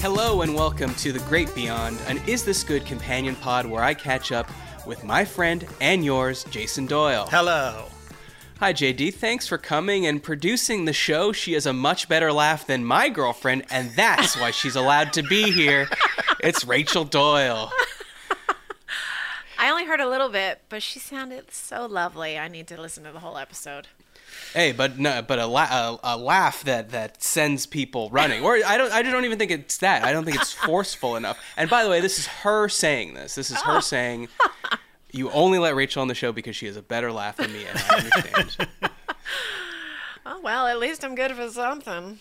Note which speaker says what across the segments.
Speaker 1: Hello and welcome to The Great Beyond, an Is This Good companion pod where I catch up with my friend and yours, Jason Doyle.
Speaker 2: Hello.
Speaker 1: Hi, JD. Thanks for coming and producing the show. She has a much better laugh than my girlfriend, and that's why she's allowed to be here. It's Rachel Doyle.
Speaker 3: I only heard a little bit, but she sounded so lovely. I need to listen to the whole episode.
Speaker 1: Hey, but no, but a, la- a, a laugh that that sends people running. Or I don't I don't even think it's that. I don't think it's forceful enough. And by the way, this is her saying this. This is her saying you only let Rachel on the show because she has a better laugh than me and I understand.
Speaker 3: Oh well, at least I'm good for something.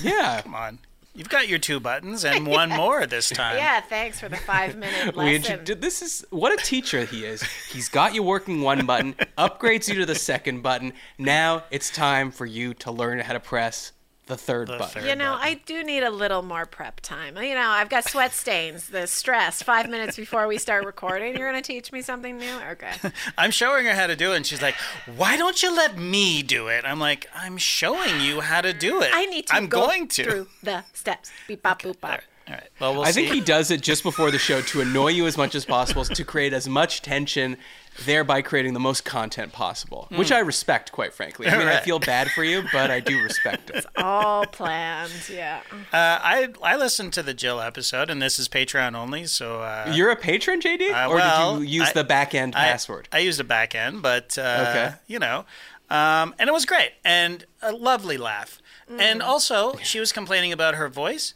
Speaker 1: yeah.
Speaker 2: Come on. You've got your two buttons and one more this time.
Speaker 3: Yeah, thanks for the five minute
Speaker 1: We
Speaker 3: lesson.
Speaker 1: intro- this is what a teacher he is. He's got you working one button, upgrades you to the second button. Now it's time for you to learn how to press the third button.
Speaker 3: you know, I do need a little more prep time. You know, I've got sweat stains, the stress. Five minutes before we start recording, you're gonna teach me something new. Okay.
Speaker 2: I'm showing her how to do it, and she's like, "Why don't you let me do it?" I'm like, "I'm showing you how to do it.
Speaker 3: I need to.
Speaker 2: I'm
Speaker 3: go
Speaker 2: going to."
Speaker 3: through the steps. Beep bop boop bop.
Speaker 2: All right. Well, we'll
Speaker 1: I
Speaker 2: see.
Speaker 1: think he does it just before the show to annoy you as much as possible, to create as much tension, thereby creating the most content possible, which I respect, quite frankly. I mean, I
Speaker 2: Hmm. Right.
Speaker 1: feel bad for you, but I do respect it.
Speaker 3: All planned. Yeah.
Speaker 2: uh, I I listened to the Jill episode, and this is Patreon only, so uh,
Speaker 1: You're a patron, JD,
Speaker 2: Uh,
Speaker 1: or
Speaker 2: well,
Speaker 1: did you use
Speaker 2: I-
Speaker 1: the back end
Speaker 2: I-
Speaker 1: password?
Speaker 2: I, used a back end, but uh,
Speaker 1: Okay.
Speaker 2: you know, um, and it was great and a lovely laugh.
Speaker 3: Mm-hmm.
Speaker 2: And also, she was complaining about her voice.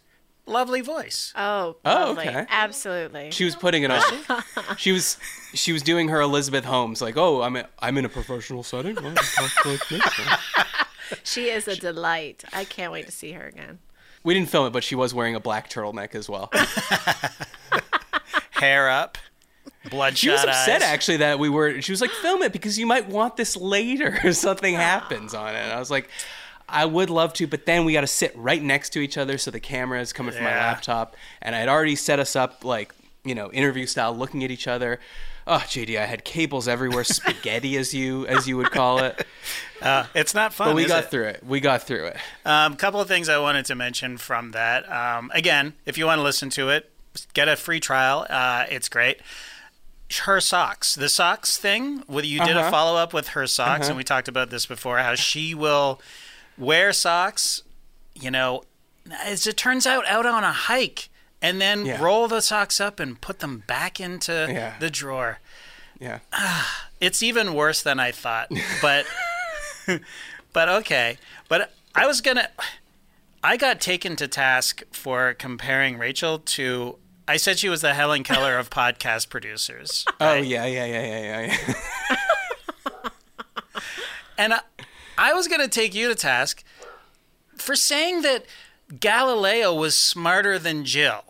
Speaker 2: Lovely voice.
Speaker 3: Oh,
Speaker 1: Oh,
Speaker 3: lovely.
Speaker 1: okay.
Speaker 3: Absolutely.
Speaker 1: She was putting it on. she was she was doing her Elizabeth Holmes, like, oh, I'm a, I'm in a professional setting. Well, I talk like this.
Speaker 3: She is a delight. I can't wait to see her again.
Speaker 1: we didn't film it, but she was wearing a black turtleneck as well.
Speaker 2: Hair up, bloodshot
Speaker 1: She was upset
Speaker 2: eyes.
Speaker 1: actually that we were. She was like, film it because you might want this later if something happens on it. And I was like. I would love to, but then we got to sit right next to each other, so the camera is coming from my
Speaker 2: Yeah.
Speaker 1: laptop, and I'd already set us up like you know interview style, looking at each other. Oh, JD, I had cables everywhere, spaghetti as you as you would call it.
Speaker 2: It's not fun.
Speaker 1: But we
Speaker 2: is
Speaker 1: got
Speaker 2: it?
Speaker 1: through it. We got through it.
Speaker 2: Um, couple of things I wanted to mention from that. Um, again, if you want to listen to it, get a free trial. Uh, it's great. Her socks, the socks thing. Whether you did
Speaker 1: Uh-huh.
Speaker 2: a follow up with her socks, and we talked about this before, how she will wear socks. You know, as it turns out, out on a hike, and then
Speaker 1: Yeah.
Speaker 2: roll the socks up and put them back into
Speaker 1: Yeah.
Speaker 2: the drawer.
Speaker 1: Yeah.
Speaker 2: It's even worse than I thought. But but okay. But I was gonna I got taken to task for comparing Rachel to I said she was the Helen Keller of podcast producers.
Speaker 1: Oh yeah, yeah, yeah, yeah, yeah. yeah.
Speaker 2: And I, I was going to take you to task for saying that Galileo was smarter than Jill.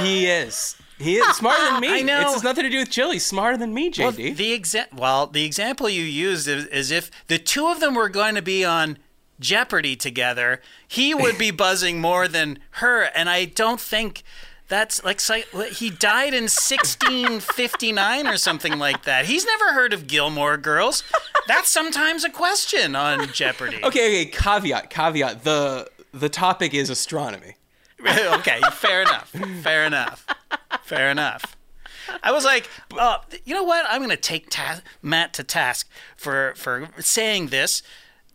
Speaker 1: he is. He is smarter than me.
Speaker 2: I know.
Speaker 1: It has nothing to do with Jill. He's smarter than me, JD.
Speaker 2: Well, the exa- well, the example you used is, is if the two of them were going to be on Jeopardy together, he would be buzzing more than her, and I don't think that's like sci- he died in 1659 or something like that. He's never heard of Gilmore Girls. That's sometimes a question on Jeopardy.
Speaker 1: okay, okay. Caveat, caveat. The the topic is astronomy.
Speaker 2: okay, fair enough. Fair enough. Fair enough. I was like, oh, you know what? I'm going to take ta- Matt to task for for saying this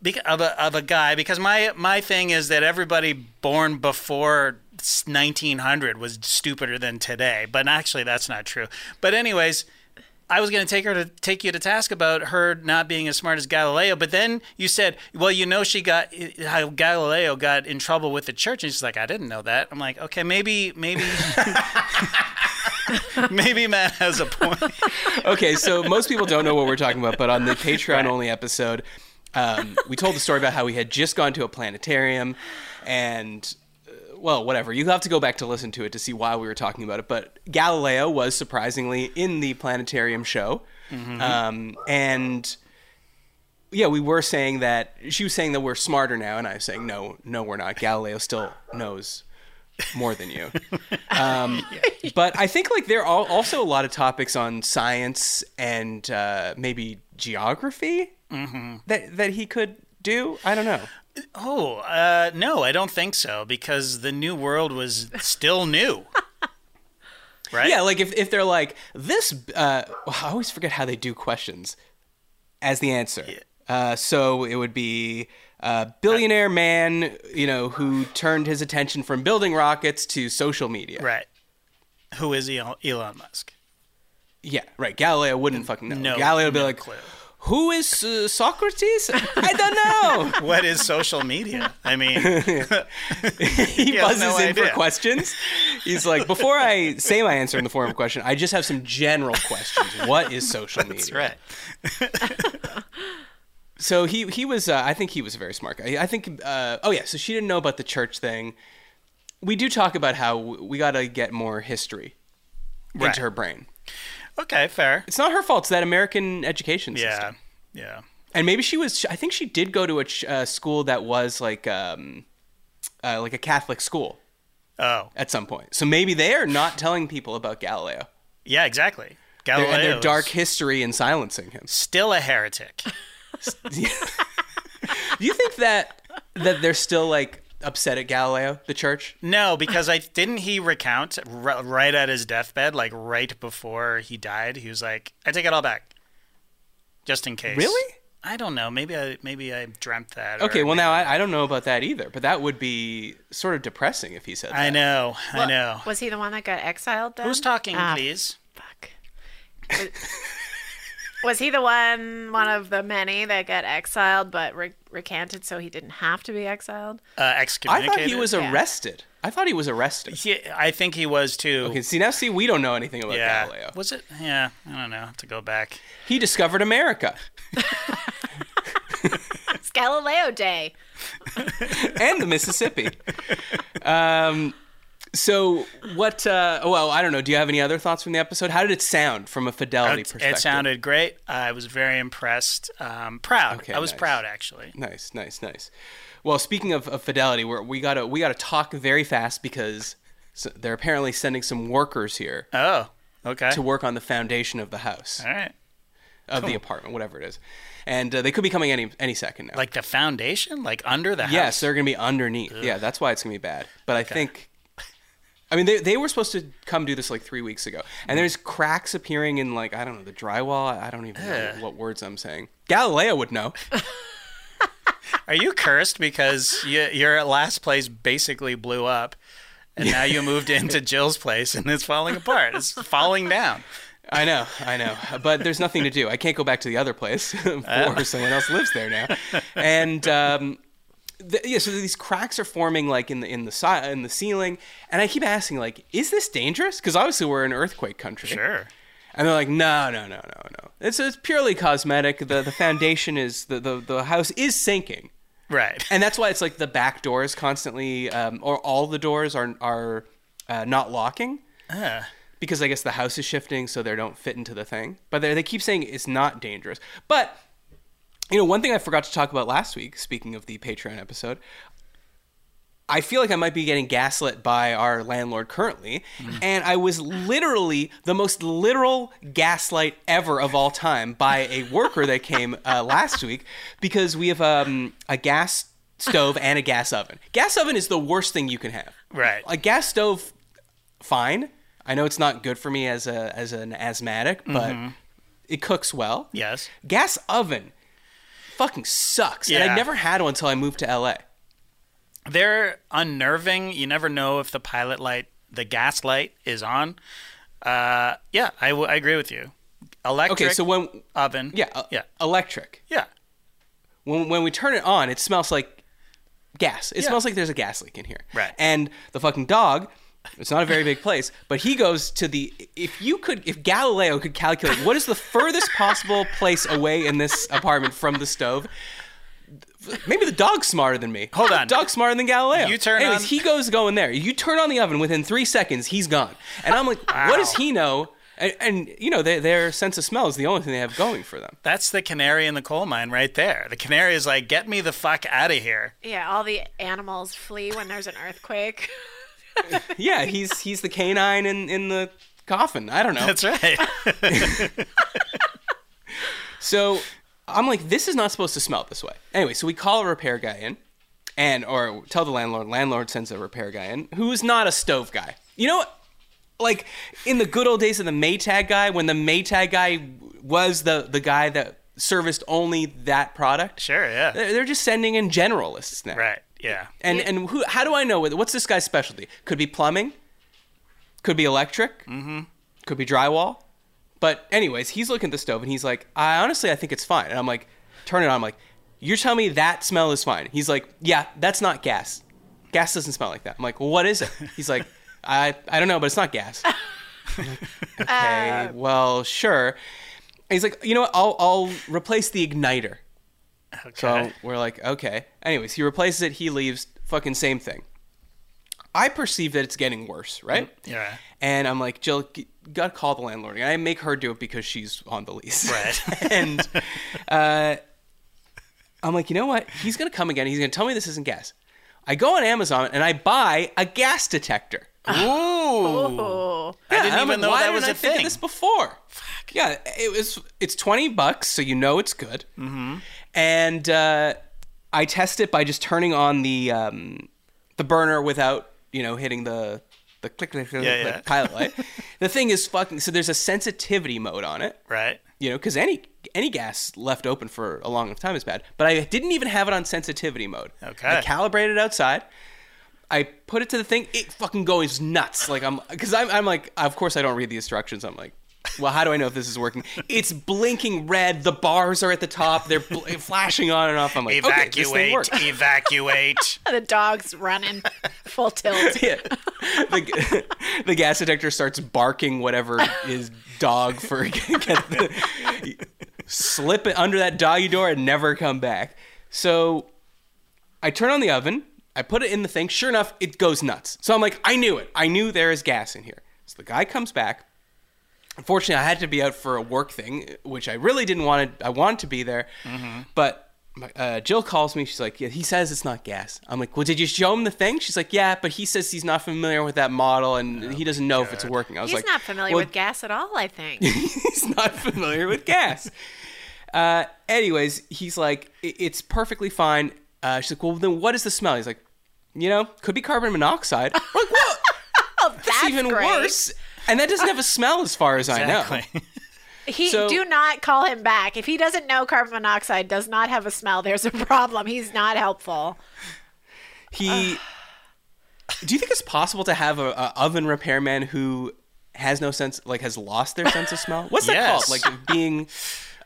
Speaker 2: bec- of a of a guy because my my thing is that everybody born before 1900 was stupider than today. But actually, that's not true. But anyways. I was going to take her to take you to task about her not being as smart as Galileo, but then you said, "Well, you know, she got how Galileo got in trouble with the church," and she's like, "I didn't know that." I'm like, "Okay, maybe, maybe Maybe Matt has a point.
Speaker 1: okay, so most people don't know what we're talking about, but on the Patreon only episode, um, we told the story about how we had just gone to a planetarium and, uh, well, whatever. You'll have to go back to listen to it to see why we were talking about it. But Galileo was surprisingly in the planetarium show. Um, and. Yeah, we were saying that she was saying that we're smarter now, and I was saying no, no, we're not. Galileo still knows more than you. but I think like there are also a lot of topics on science and uh, maybe geography
Speaker 2: Mm-hmm.
Speaker 1: that that he could do. I don't know.
Speaker 2: Oh, uh, no, I don't think so because the new world was still new. Right?
Speaker 1: Yeah, like if if they're like this, uh, I always forget how they do questions as the answer. Uh, so it would be. Uh, billionaire man, you know, who turned his attention from building rockets to social media.
Speaker 2: Right. Who is El- Elon Musk?
Speaker 1: Yeah, right. Galileo wouldn't fucking know.
Speaker 2: No,
Speaker 1: Galileo would be
Speaker 2: no
Speaker 1: like,
Speaker 2: clue.
Speaker 1: "Who is uh, Socrates? I don't know."
Speaker 2: What is social media? I mean,
Speaker 1: he
Speaker 2: has
Speaker 1: buzzes
Speaker 2: no
Speaker 1: in
Speaker 2: idea.
Speaker 1: for questions. He's like, before I say my answer in the form of a question, I just have some general questions. What is social media?
Speaker 2: that's right.
Speaker 1: So he he was. Uh, I think he was a very smart guy. I think. Uh, oh yeah. So she didn't know about the church thing. We do talk about how w- we got to get more history
Speaker 2: Right.
Speaker 1: into her brain.
Speaker 2: Okay, fair.
Speaker 1: It's not her fault. It's that American education system.
Speaker 2: Yeah. Yeah.
Speaker 1: and maybe she was i think she did go to a ch- uh, school that was like um uh, like a catholic school
Speaker 2: Oh,
Speaker 1: at some point so maybe they are not telling people about galileo
Speaker 2: yeah, exactly.
Speaker 1: They're-
Speaker 2: Galileo
Speaker 1: and their
Speaker 2: is
Speaker 1: dark history and silencing him
Speaker 2: still a heretic.
Speaker 1: do you think that that they're still like upset at galileo the church
Speaker 2: No, because I didn't he recount r- right at his deathbed, like right before he died. He was like, "I take it all back, just in case."
Speaker 1: Really?
Speaker 2: I don't know. Maybe I maybe I dreamt that. or-
Speaker 1: okay well now I, I don't know about that either but that would be sort of depressing if he said that
Speaker 2: I know. I know.
Speaker 3: Was he the one that got exiled then?
Speaker 2: Who's talking,
Speaker 3: Ah,
Speaker 2: please?
Speaker 3: Fuck. Was- Was he the one, one of the many that got exiled but re- recanted so he didn't have to be exiled?
Speaker 2: Uh,
Speaker 1: i
Speaker 2: excommunicated.
Speaker 1: thought he was
Speaker 3: Yeah.
Speaker 1: arrested i thought he was arrested
Speaker 2: He- I think he was too.
Speaker 1: okay see now see we don't know anything about
Speaker 2: yeah.
Speaker 1: galileo
Speaker 2: Was it? Yeah. I don't know. I have to go back.
Speaker 1: he discovered america
Speaker 3: It's Galileo Day.
Speaker 1: and the Mississippi. Um, so what? Uh, well, I don't know. Do you have any other thoughts from the episode? How did it sound from a fidelity
Speaker 2: It,
Speaker 1: perspective?
Speaker 2: it sounded great. I was very impressed. Um, proud.
Speaker 1: Okay,
Speaker 2: I was
Speaker 1: nice.
Speaker 2: proud actually.
Speaker 1: nice, nice, nice. Well, speaking of, of fidelity, we're, we gotta we gotta talk very fast because s they're apparently sending some workers here
Speaker 2: Oh. Okay.
Speaker 1: to work on the foundation of the house
Speaker 2: all right.
Speaker 1: of the apartment, whatever it is, and uh, they could be coming any any second now.
Speaker 2: Like the foundation, like under the house.
Speaker 1: Yes, they're going to be underneath. Yeah, that's why it's going to be bad. But I think, I mean, they, they were supposed to come do this like three weeks ago, and there's cracks appearing in like I don't know the drywall. I I don't even know what words I'm saying. Galileo would know.
Speaker 2: Are you cursed because you, your last place basically blew up, and now you moved into Jill's place and it's falling apart. It's falling down.
Speaker 1: I know, I know, but there's nothing to do. I can't go back to the other place. or someone else lives there now, and um, th- yeah, so these cracks are forming like in the in the si- in the ceiling, and I keep asking like, is this dangerous? Because obviously we're an earthquake country.
Speaker 2: Sure.
Speaker 1: And they're like, no, no, no, no, no. It's, it's purely cosmetic. The the foundation is the, the the house is sinking,
Speaker 2: Right.
Speaker 1: and that's why it's like the back doors constantly, um, or all the doors are are uh, not locking because I guess the house is shifting, so they don't fit into the thing. But they they keep saying it's not dangerous. But you know, one thing I forgot to talk about last week, speaking of the Patreon episode, I feel like I might be getting gaslit by our landlord currently,
Speaker 2: Mm.
Speaker 1: and I was literally the most literal gaslight ever of all time by a worker that came uh, last week because we have um, a gas stove and a gas oven. Gas oven is the worst thing you can have.
Speaker 2: Right.
Speaker 1: A gas stove, fine. I know it's not good for me as a as an asthmatic, but it cooks well.
Speaker 2: Mm-hmm. Yes.
Speaker 1: Gas oven, fucking sucks, and
Speaker 2: Yeah.
Speaker 1: I never had one until I moved to LA.
Speaker 2: They're unnerving. You never know if the pilot light, the gas light, is on. Uh, yeah, I, w- I agree with you. Electric
Speaker 1: Okay, so when
Speaker 2: oven.
Speaker 1: Yeah, uh,
Speaker 2: yeah,
Speaker 1: electric.
Speaker 2: yeah.
Speaker 1: When when we turn it on, it smells like gas. It
Speaker 2: Yeah.
Speaker 1: smells like there's a gas leak in here.
Speaker 2: Right.
Speaker 1: And the fucking dog It's not a very big place, but he goes to the. If you could, if Galileo could calculate what is the furthest possible place away in this apartment from the stove, maybe the dog's smarter than me.
Speaker 2: Hold on.
Speaker 1: dog's smarter than Galileo.
Speaker 2: You turn
Speaker 1: Anyways,
Speaker 2: on-
Speaker 1: he goes going there. You turn on the oven within three seconds, he's gone. And I'm like, what does he know? And, and you know, their, their sense of smell is the only thing they have going for them.
Speaker 2: That's the canary in the coal mine right there. The canary is like, get me the fuck out of here.
Speaker 3: Yeah, all the animals flee when there's an earthquake.
Speaker 1: Yeah, he's he's the canine in in the coffin. I don't know.
Speaker 2: That's right.
Speaker 1: So I'm like, this is not supposed to smell this way. Anyway, so we call a repair guy in, and or tell the landlord. Landlord sends a repair guy in who is not a stove guy. You know, what? like in the good old days of the Maytag guy, when the Maytag guy was the the guy that serviced only that product.
Speaker 2: Sure, yeah.
Speaker 1: They're they're just sending in generalists now.
Speaker 2: Right, yeah.
Speaker 1: And and who? How do I know? whether- What's this guy's specialty? Could be plumbing. Could be electric. Mm-hmm. Could be drywall. But anyways, he's looking at the stove and he's like, I honestly, I think it's fine. And I'm like, turn it on. I'm like, you're telling me that smell is fine. He's like, yeah, that's not gas. Gas doesn't smell like that. I'm like, well, what is it? He's like, I I don't know, but it's not gas. I'm like, okay,
Speaker 2: Uh,
Speaker 1: well, sure. And he's like, you know what? I'll I'll replace the igniter. So
Speaker 2: Okay.
Speaker 1: we're like, okay. Anyways, he replaces it, he leaves, fucking same thing. I perceive that it's getting worse, right?
Speaker 2: Mm-hmm. Yeah.
Speaker 1: And I'm like, Jill, g- gotta call the landlord. And I make her do it because she's on the lease.
Speaker 2: Right.
Speaker 1: and uh, I'm like, you know what? He's gonna come again. He's gonna tell me this isn't gas. I go on Amazon and I buy a gas detector.
Speaker 2: Ooh.
Speaker 3: Oh,
Speaker 2: I didn't
Speaker 1: Yeah, I'm like,
Speaker 2: even know
Speaker 1: why
Speaker 2: that
Speaker 1: didn't
Speaker 2: was
Speaker 1: I
Speaker 2: a
Speaker 1: think of
Speaker 2: thing.
Speaker 1: this before. Yeah, it was. It's twenty bucks, so you know it's good. Mm-hmm. And uh, I test it by just turning on the um, the burner without you know hitting the the click click click,
Speaker 2: Yeah,
Speaker 1: click
Speaker 2: yeah.
Speaker 1: pilot light. the thing is fucking. So there's a sensitivity mode on it
Speaker 2: Right.
Speaker 1: you know, because any any gas left open for a long enough time is bad. But I didn't even have it on sensitivity mode.
Speaker 2: Okay.
Speaker 1: I calibrated outside. I put it to the thing. It fucking goes nuts. Like I'm, because I'm, I'm like, of course I don't read the instructions. I'm like, well, how do I know if this is working? It's blinking red. The bars are at the top. They're bl- flashing on and off. I'm like, okay, this thing
Speaker 2: Evacuate.
Speaker 1: works.
Speaker 2: evacuate.
Speaker 3: the dog's running full tilt.
Speaker 1: Yeah. The, the gas detector starts barking whatever is dog for get the, slip it under that doggy door and never come back. So I turn on the oven, I put it in the thing, sure enough, it goes nuts. So I'm like, I knew it. I knew there is gas in here. So the guy comes back. Unfortunately, I had to be out for a work thing, which I really didn't want to. I wanted to be there, but my- uh, Jill calls me. She's like, "Yeah, he says it's not gas." I'm like, "Well, did you show him the thing?" She's like, "Yeah, but he says he's not familiar with that model and he doesn't know if it's working." I was
Speaker 3: He's
Speaker 1: like,
Speaker 3: not familiar
Speaker 1: "Well,
Speaker 3: with gas at all, I think.
Speaker 1: he's not familiar with gas. Uh, anyways, he's like, "I- it's perfectly fine. Uh, she's like, well, then what is the smell? He's like, you know, could be carbon monoxide. We're like, whoa,
Speaker 3: Oh, That's
Speaker 1: that's even
Speaker 3: great.
Speaker 1: worse. And that doesn't have a smell as far as I know.
Speaker 3: He
Speaker 1: So-
Speaker 3: do not call him back. If he doesn't know carbon monoxide does not have a smell, there's a problem. He's not helpful.
Speaker 1: He. do you think it's possible to have a, a oven repairman who has no sense, like has lost their sense of smell? What's
Speaker 2: Yes.
Speaker 1: that called? Like being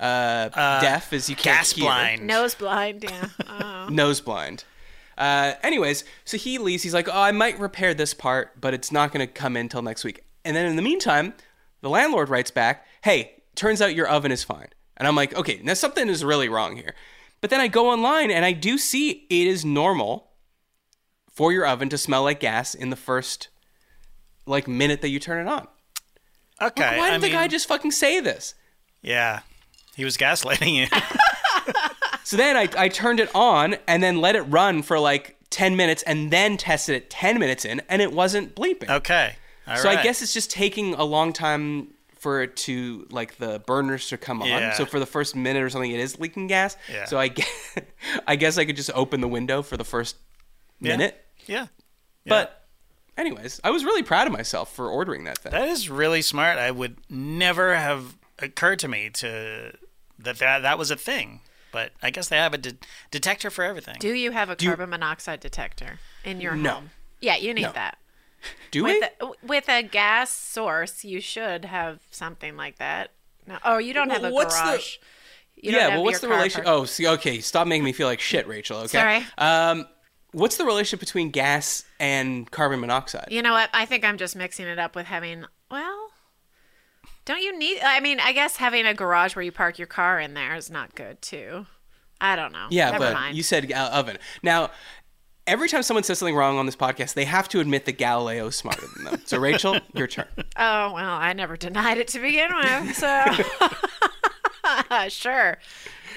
Speaker 1: uh, deaf is you can't
Speaker 2: Gas
Speaker 1: hear.
Speaker 2: blind.
Speaker 3: Nose blind, yeah. Oh.
Speaker 1: nose blind. Uh, anyways, so he leaves. He's like, "Oh, I might repair this part, but it's not going to come in till next week." And then in the meantime, the landlord writes back, "Hey, turns out your oven is fine." And I'm like, "Okay, now something is really wrong here." But then I go online and I do see it is normal for your oven to smell like gas in the first like minute that you turn it on.
Speaker 2: Okay.
Speaker 1: Why did
Speaker 2: I
Speaker 1: the guy
Speaker 2: mean,
Speaker 1: just fucking say this?
Speaker 2: Yeah. He was gaslighting you.
Speaker 1: So then I, I turned it on and then let it run for like 10 minutes and then tested it 10 minutes in and it wasn't bleeping.
Speaker 2: Okay. All
Speaker 1: so I
Speaker 2: right.
Speaker 1: guess it's just taking a long time for it to like the burners to come on.
Speaker 2: Yeah.
Speaker 1: So for the first minute or something it is leaking gas.
Speaker 2: Yeah.
Speaker 1: So I guess, I guess I could just open the window for the first
Speaker 2: Yeah.
Speaker 1: minute.
Speaker 2: Yeah.
Speaker 1: But anyways, I was really proud of myself for ordering that thing.
Speaker 2: That is really smart. I would never have occurred to me to that that, that was a thing. But I guess they have a de- detector for everything.
Speaker 3: Do you have a carbon monoxide detector in your
Speaker 1: No. Eh?
Speaker 3: home? Yeah, you need that.
Speaker 1: Do we?
Speaker 3: With a, with a gas source, you should have something like that. No. Oh, you don't have a
Speaker 1: Well, what's the-
Speaker 3: garage. You don't
Speaker 1: yeah,
Speaker 3: have
Speaker 1: well, what's
Speaker 3: your
Speaker 1: the
Speaker 3: car
Speaker 1: relation?
Speaker 3: parked.
Speaker 1: Oh, see, okay, stop making me feel like shit, Rachel. Okay.
Speaker 3: Sorry.
Speaker 1: Um, What's the relationship between gas and carbon monoxide?
Speaker 3: You know what? I think I'm just mixing it up with having, well, don't you need, I mean, I guess having a garage where you park your car in there is not good too. I don't know.
Speaker 1: Yeah,
Speaker 3: Never
Speaker 1: but
Speaker 3: mind.
Speaker 1: you said uh, oven. Now, every time someone says something wrong on this podcast, they have to admit that Galileo is smarter than them. So, Rachel, your turn.
Speaker 3: Oh, well, I never denied it to begin with. So, sure.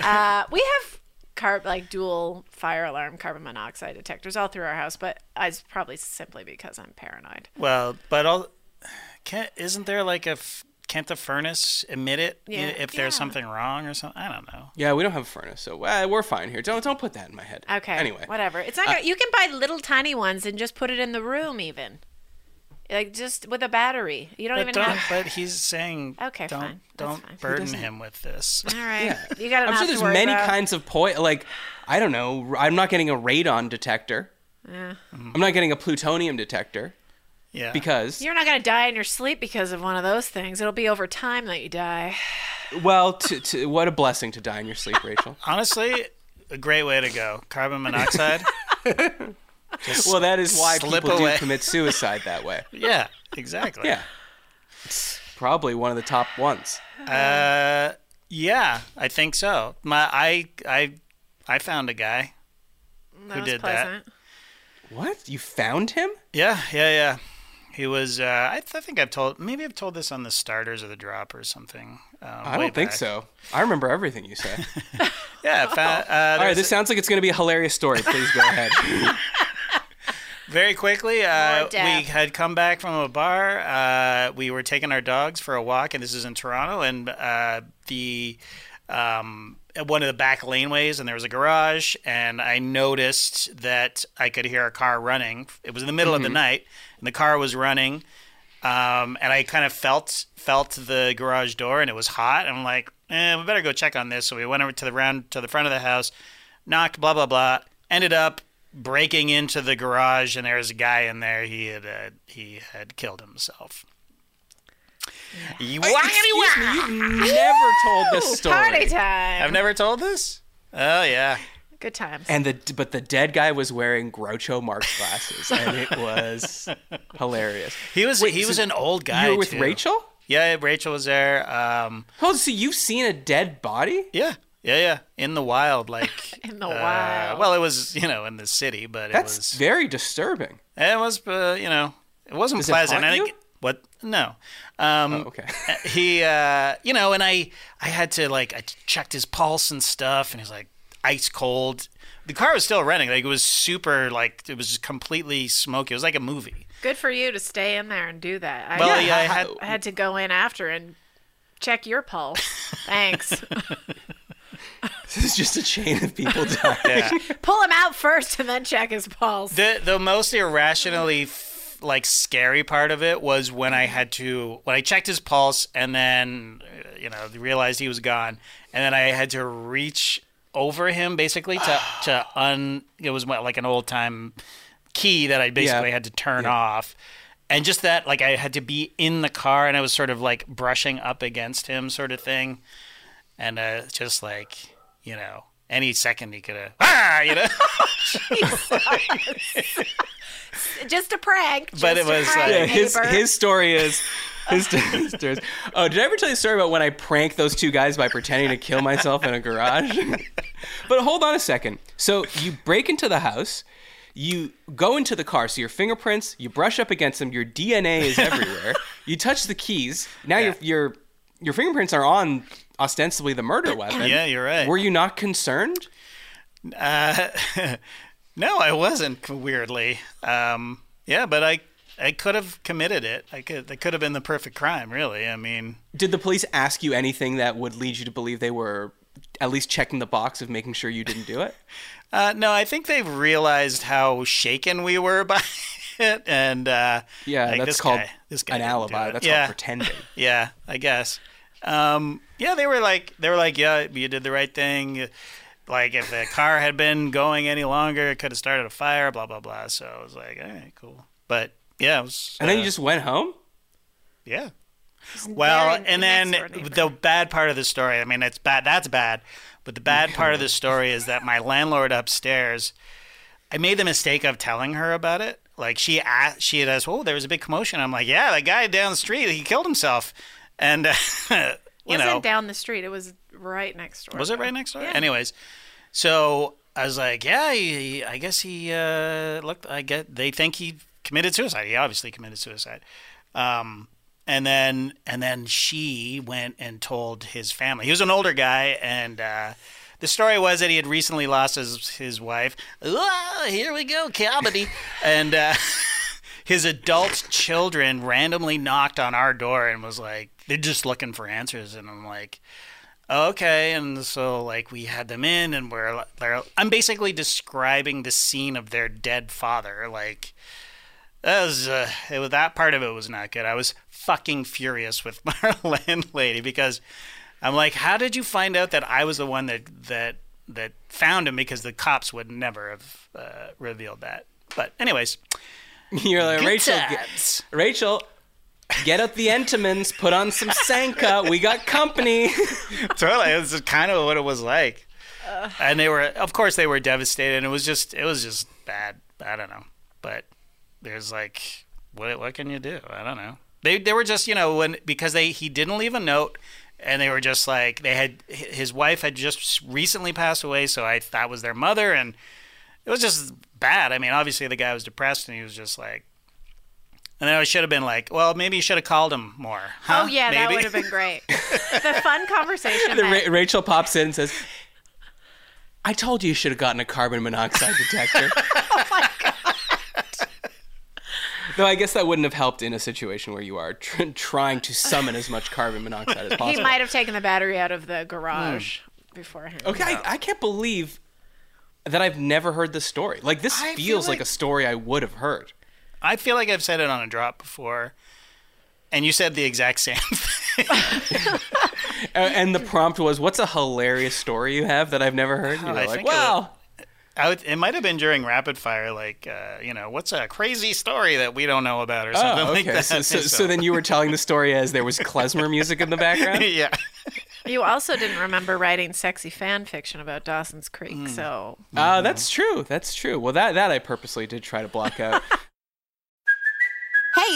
Speaker 3: Uh, we have carb like dual fire alarm carbon monoxide detectors all through our house, but it's probably simply because I'm paranoid.
Speaker 2: Well, but all can't, isn't there like a f- can't the furnace emit it i-
Speaker 3: Yeah.
Speaker 2: if there's
Speaker 3: Yeah.
Speaker 2: something wrong or something? I don't know.
Speaker 1: Yeah, we don't have a furnace, so uh, we're fine here. Don't don't put that in my head.
Speaker 3: Okay.
Speaker 1: Anyway, uh,
Speaker 3: Whatever. It's not. gonna, you can buy little tiny ones and just put it in the room, even. Like just with a battery. You don't
Speaker 2: But
Speaker 3: even
Speaker 2: don't.
Speaker 3: have.
Speaker 2: But he's saying
Speaker 3: Okay,
Speaker 2: don't
Speaker 3: fine. That's
Speaker 2: don't
Speaker 3: fine. He
Speaker 2: burden him with this.
Speaker 3: All right.
Speaker 1: Yeah.
Speaker 3: You got
Speaker 1: I'm
Speaker 3: enough
Speaker 1: sure
Speaker 3: to
Speaker 1: there's
Speaker 3: worry
Speaker 1: many
Speaker 3: about.
Speaker 1: kinds of poison. Like, I don't know. I'm not getting a radon detector.
Speaker 3: Yeah.
Speaker 1: I'm not getting a plutonium detector
Speaker 2: Yeah.
Speaker 1: because
Speaker 3: You're not gonna die in your sleep because of one of those things. It'll be over time that you die.
Speaker 1: well, to, to, what a blessing to die in your sleep, Rachel.
Speaker 2: honestly, a great way to go. Carbon monoxide.
Speaker 1: well, that is why
Speaker 2: Slip
Speaker 1: people
Speaker 2: away.
Speaker 1: do commit suicide that way.
Speaker 2: yeah. Exactly.
Speaker 1: Yeah, it's probably one of the top ones.
Speaker 2: Uh, yeah, I think so. My, I, I, I found a guy.
Speaker 3: That
Speaker 2: Who
Speaker 3: was
Speaker 2: did that?
Speaker 3: pleasant.
Speaker 1: What? You found him?
Speaker 2: Yeah, yeah, yeah. He was. Uh, I, th- I think I've told. Maybe I've told this on the starters or the drop or something. Um,
Speaker 1: I don't think so. I remember everything you said.
Speaker 2: Yeah. I found, uh,
Speaker 1: All right,
Speaker 2: there's-
Speaker 1: this sounds like it's going to be a hilarious story. Please go ahead.
Speaker 2: very quickly, uh,
Speaker 3: More
Speaker 2: we
Speaker 3: depth.
Speaker 2: had come back from a bar. Uh, we were taking our dogs for a walk, and this is in Toronto, and uh, the um, one of the back laneways, and there was a garage, and I noticed that I could hear a car running. It was in the middle
Speaker 3: Mm-hmm.
Speaker 2: of the night, and the car was running. um, and I kind of felt felt the garage door, and it was hot. And I'm like, eh, we better go check on this. So we went over to the round to the front of the house, knocked, blah blah blah. Ended up breaking into the garage, and there was a guy in there. He had uh, he had killed himself. You
Speaker 1: Excuse me, you've never told
Speaker 3: Ooh,
Speaker 1: this story.
Speaker 3: Party time.
Speaker 2: I've never told this. Oh yeah,
Speaker 3: Good times.
Speaker 1: And the but the dead guy was wearing Groucho Marx glasses, and it was hilarious.
Speaker 2: he was he was an old guy.
Speaker 1: You were with
Speaker 2: too.
Speaker 1: Rachel?
Speaker 2: Yeah, Rachel was there. Um,
Speaker 1: Oh, so you've seen a dead body?
Speaker 2: yeah, yeah, yeah, in the wild, like
Speaker 3: in the
Speaker 2: Uh,
Speaker 3: wild.
Speaker 2: well, it was you know in the city, but
Speaker 1: That's
Speaker 2: it
Speaker 1: very disturbing.
Speaker 2: was it was uh, you know it wasn't
Speaker 1: Does it
Speaker 2: pleasant.
Speaker 1: haunt
Speaker 2: I think
Speaker 1: you? Oh.
Speaker 2: what no, um,
Speaker 1: Okay.
Speaker 2: he uh, you know, and I I had to like I checked his pulse and stuff, and he's like ice cold. The car was still running, like it was super like it was just completely smoky. It was like a movie.
Speaker 3: Good for you to stay in there and do that. I,
Speaker 2: Well, yeah,
Speaker 3: I,
Speaker 2: I had
Speaker 3: had to go in after and check your pulse. Thanks.
Speaker 1: This is just a chain of people dying.
Speaker 2: yeah.
Speaker 3: Pull him out first and then check his pulse.
Speaker 2: the the most irrationally f- like scary part of it was when I had to when I checked his pulse and then uh, you know realized he was gone and then I had to reach over him basically to to un it was what, like an old time key that I basically
Speaker 1: Yeah.
Speaker 2: had to turn off and just that like I had to be in the car and I was sort of like brushing up against him sort of thing and uh, just like you know any second he could have ah you know
Speaker 3: Just a prank.
Speaker 2: But
Speaker 3: just
Speaker 2: it
Speaker 3: a
Speaker 2: was, uh,
Speaker 3: prank,
Speaker 1: Yeah, his
Speaker 3: neighbor.
Speaker 1: his story is his, his story is, oh did i ever tell you a story about when i pranked those two guys by pretending to kill myself in a garage but hold on a second so you break into the house you go into the car so your fingerprints you brush up against them your dna is everywhere you touch the keys now your your your fingerprints are on ostensibly the murder weapon
Speaker 2: Yeah, you're right.
Speaker 1: were you not concerned
Speaker 2: No, I wasn't. Weirdly, um, yeah, but I I could have committed it. I could that could have been the perfect crime. Really, I mean,
Speaker 1: did the police ask you anything that would lead you to believe they were at least checking the box of making sure you didn't do it
Speaker 2: uh, no, I think they realized how shaken we were by it, and uh,
Speaker 1: Yeah,
Speaker 2: like,
Speaker 1: that's
Speaker 2: this
Speaker 1: called
Speaker 2: guy- this guy
Speaker 1: an
Speaker 2: didn't do
Speaker 1: alibi.
Speaker 2: it.
Speaker 1: That's
Speaker 2: yeah,
Speaker 1: called pretending.
Speaker 2: Yeah, I guess. Um, yeah, they were like they were like, yeah, you did the right thing. Like if the car had been going any longer, it could have started a fire. Blah blah blah. So I was like, all right, cool. But yeah, it was,
Speaker 1: And then
Speaker 2: uh,
Speaker 1: you just went home?
Speaker 2: yeah. Well,
Speaker 3: very
Speaker 2: and then
Speaker 3: next door neighbor.
Speaker 2: the bad part of the story, I mean, it's bad, that's bad, but the bad part of the story is that my landlord upstairs I made the mistake of telling her about it. Like she asked, she had asked, "Oh, there was a big commotion." I'm like, "Yeah, that guy down the street, he killed himself," and uh, you
Speaker 3: wasn't
Speaker 2: know,
Speaker 3: down the street. It was right next door.
Speaker 2: was it
Speaker 3: though.
Speaker 2: right next door?
Speaker 3: Yeah.
Speaker 2: Anyways, so I was like, "Yeah, he, he- I guess he uh, looked. I get they think he committed suicide. He obviously committed suicide." Um, and then and then she went and told his family. He was an older guy, and uh, the story was that he had recently lost his his wife. Whoa, here we go, comedy, and. Uh, his adult children randomly knocked on our door and was like, they're just looking for answers. And I'm like, okay. And so, like, we had them in, and we're, they're, I'm basically describing the scene of their dead father. Like, that was, uh, it was, that part of it was not good. I was fucking furious with my landlady because I'm like, how did you find out that I was the one that, that, that found him because the cops would never have uh, revealed that. But, anyways,
Speaker 1: You're like
Speaker 2: Good
Speaker 1: Rachel. Get,
Speaker 2: times.
Speaker 1: Rachel, get up the Entomans, put on some Sanka. We got company.
Speaker 2: totally. It was kind of what it was like. and they were, of course, they were devastated. And it was just, it was just bad. I don't know. But there's like, what, what can you do? I don't know. They, they were just, you know, when because they he didn't leave a note, and they were just like they had his wife had just recently passed away, so I that was their mother, and it was just bad. I mean, obviously the guy was depressed, and he was just like. And then I should have been like, well, maybe you should have called him more. huh?
Speaker 3: Oh yeah, that
Speaker 2: Maybe.
Speaker 3: would have been great. the fun conversation.
Speaker 1: The
Speaker 3: that-
Speaker 1: Ra- Rachel pops in and says, "I told you you should have gotten a carbon monoxide detector." oh my god. Though I guess that wouldn't have helped in a situation where you are tr- trying to summon as much carbon monoxide as possible.
Speaker 3: he might have taken the battery out of
Speaker 2: Hmm.
Speaker 3: the garage beforehand.
Speaker 1: Okay, I, I can't believe that I've never heard this story. Like this
Speaker 2: I feel
Speaker 1: feels like
Speaker 2: like-
Speaker 1: a story I would have heard.
Speaker 2: I feel like I've said it on a drop before, and you said the exact same. thing.
Speaker 1: A- and the prompt was, "What's a hilarious story you have that I've never heard?" And you're
Speaker 2: I
Speaker 1: like,
Speaker 2: think it
Speaker 1: "Well,
Speaker 2: I would, it might have been during rapid fire, like uh, you know, what's a crazy story that we don't know about or something
Speaker 1: oh,
Speaker 2: like
Speaker 1: okay."
Speaker 2: that.
Speaker 1: so, so, so then you were telling the story as there was klezmer music in the background.
Speaker 2: yeah,
Speaker 3: You also didn't remember writing sexy fan fiction about Dawson's Creek,
Speaker 2: Hmm.
Speaker 3: so
Speaker 1: Uh, that's true. That's true. Well, that that I purposely did try to block out.
Speaker 4: Hey,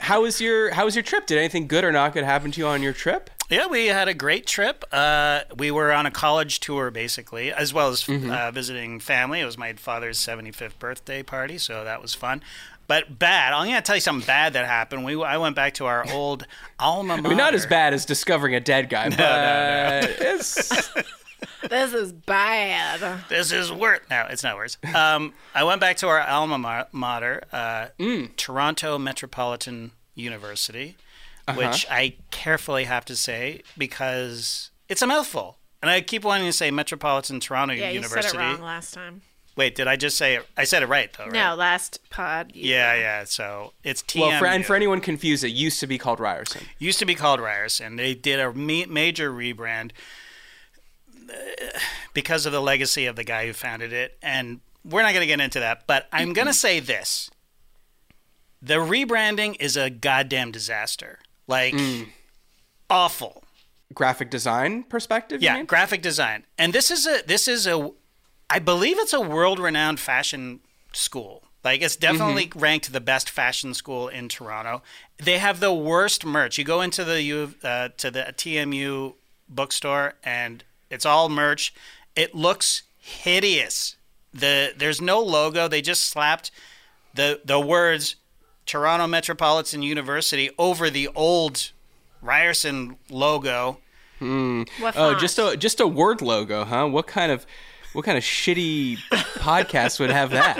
Speaker 1: How was your How was your trip? Did anything good or not good happen to you on your trip?
Speaker 2: yeah, we had a great trip. Uh, we were on a college tour basically, as well as
Speaker 1: Mm-hmm.
Speaker 2: uh, visiting family. It was my father's seventy fifth birthday party, so that was fun. But bad. I'm gonna tell you something bad that happened. We I went back to our old alma mater.
Speaker 1: I mean, not as bad as discovering a dead guy, but uh, it's
Speaker 3: this is bad.
Speaker 2: this is worse. No, it's not worse. Um, I went back to our alma ma- mater, uh,
Speaker 1: Mm.
Speaker 2: Toronto Metropolitan University,
Speaker 1: Uh-huh.
Speaker 2: which I carefully have to say because it's a mouthful. And I keep wanting to say Metropolitan Toronto
Speaker 3: Yeah,
Speaker 2: University.
Speaker 3: you said it wrong last time.
Speaker 2: Wait, did I just say it? I said it right, though, right?
Speaker 3: No, last pod. You,
Speaker 2: Yeah, yeah. So it's TMU.
Speaker 1: well, for, and for anyone confused, it used to be called Ryerson.
Speaker 2: used to be called Ryerson. They did a ma- major rebrand uh, because of the legacy of the guy who founded it. And we're not going to get into that, but I'm going to say this the rebranding is a goddamn disaster. Like, awful.
Speaker 1: Graphic design perspective. you
Speaker 2: Yeah,
Speaker 1: mean?
Speaker 2: graphic design. And this is a this is a I believe it's a world-renowned fashion school. Like it's definitely ranked the best fashion school in Toronto. They have the worst merch. You go into the U uh, to the TMU bookstore and it's all merch. It looks hideous. The there's no logo. They just slapped the the words Toronto Metropolitan University over the old Ryerson logo.
Speaker 3: What
Speaker 1: Oh,
Speaker 3: font?
Speaker 1: just a just a word logo, huh? What kind of what kind of shitty podcast would have that?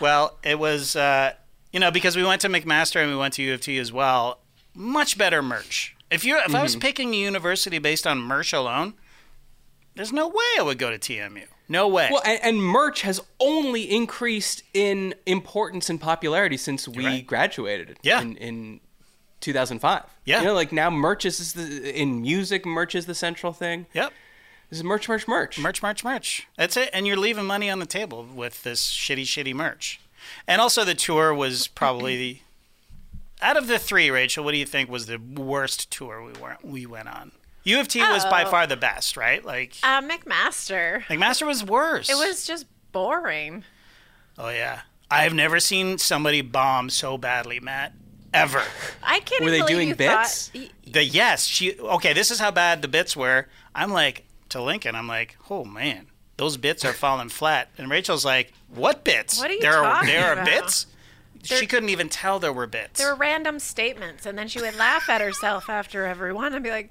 Speaker 2: Well, it was, uh, you know, because we went to McMaster and we went to U of T as well. Much better merch. If you, if I was picking a university based on merch alone, there's no way I would go to TMU. No way.
Speaker 1: Well, and, and merch has only increased in importance and popularity since we
Speaker 2: right.
Speaker 1: graduated.
Speaker 2: Yeah.
Speaker 1: In, in 2005.
Speaker 2: Yeah.
Speaker 1: You know, like now merch is the, in music, merch is the central thing.
Speaker 2: yep.
Speaker 1: This is merch, merch, merch.
Speaker 2: Merch, merch, merch. That's it. And you're leaving money on the table with this shitty, shitty merch. And also, the tour was probably the. Out of the three, Rachel, what do you think was the worst tour we were we went on? U of T was by far the best, right? Like,
Speaker 3: Uh, McMaster.
Speaker 2: like Master was worse.
Speaker 3: It was just boring.
Speaker 2: Oh yeah, I've never seen somebody bomb so badly, Matt. Ever.
Speaker 3: I can't.
Speaker 1: Were
Speaker 3: even
Speaker 1: they
Speaker 3: believe
Speaker 1: doing
Speaker 3: you
Speaker 1: bits?
Speaker 3: Thought,
Speaker 2: The yes, she okay. This is how bad the bits were. I'm like to Lincoln. I'm like, oh man, those bits are falling flat. And Rachel's like, what bits?
Speaker 3: What are you
Speaker 2: there are
Speaker 3: talking
Speaker 2: there
Speaker 3: about?
Speaker 2: are bits. she couldn't even tell there were bits.
Speaker 3: there were random statements, and then she would laugh at herself after every one. I'd be like,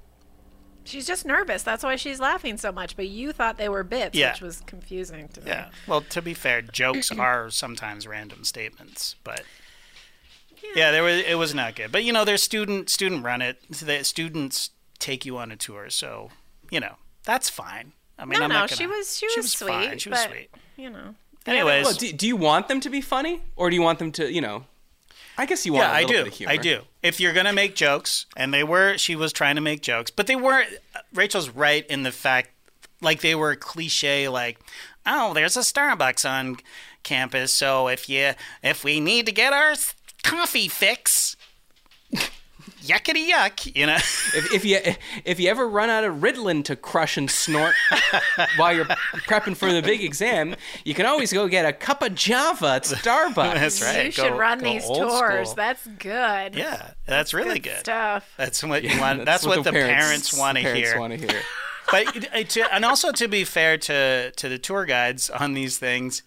Speaker 3: she's just nervous. That's why she's laughing so much. But you thought they were bits,
Speaker 2: Yeah.
Speaker 3: which was confusing to me.
Speaker 2: yeah. Well, to be fair, jokes are sometimes random statements, but yeah, there was it was not good. But you know, there's student student run it. The students take you on a tour, so you know that's fine. I mean,
Speaker 3: No,
Speaker 2: I'm
Speaker 3: no,
Speaker 2: not gonna-
Speaker 3: she was she was, sweet.
Speaker 2: fine. She was
Speaker 3: but,
Speaker 2: sweet.
Speaker 3: You know,
Speaker 2: Anyways,
Speaker 1: Well, do, do you want them to be funny, or do you want them to, you know? I guess you want.
Speaker 2: Yeah,
Speaker 1: a
Speaker 2: I
Speaker 1: little
Speaker 2: do.
Speaker 1: Bit of humor.
Speaker 2: I do. If you're gonna make jokes, and they were, she was trying to make jokes, but they weren't. Rachel's right in the fact, like they were cliche, like, oh, there's a Starbucks on campus, so if you if we need to get our s- coffee fix, yuckity yuck, you know.
Speaker 1: If, if you if you ever run out of Ritalin to crush and snort while you're prepping for the big exam, you can always go get a cup of Java at Starbucks.
Speaker 2: That's right.
Speaker 3: you
Speaker 2: Go-
Speaker 3: should run
Speaker 2: go
Speaker 3: these
Speaker 2: old
Speaker 3: tours.
Speaker 2: school.
Speaker 3: That's good.
Speaker 2: yeah, that's, really good.
Speaker 3: stuff.
Speaker 2: That's what you want. That's, what, the parents, want to
Speaker 1: parents
Speaker 2: hear.
Speaker 1: wanna hear.
Speaker 2: but it- it- to, and also to be fair to to the tour guides on these things,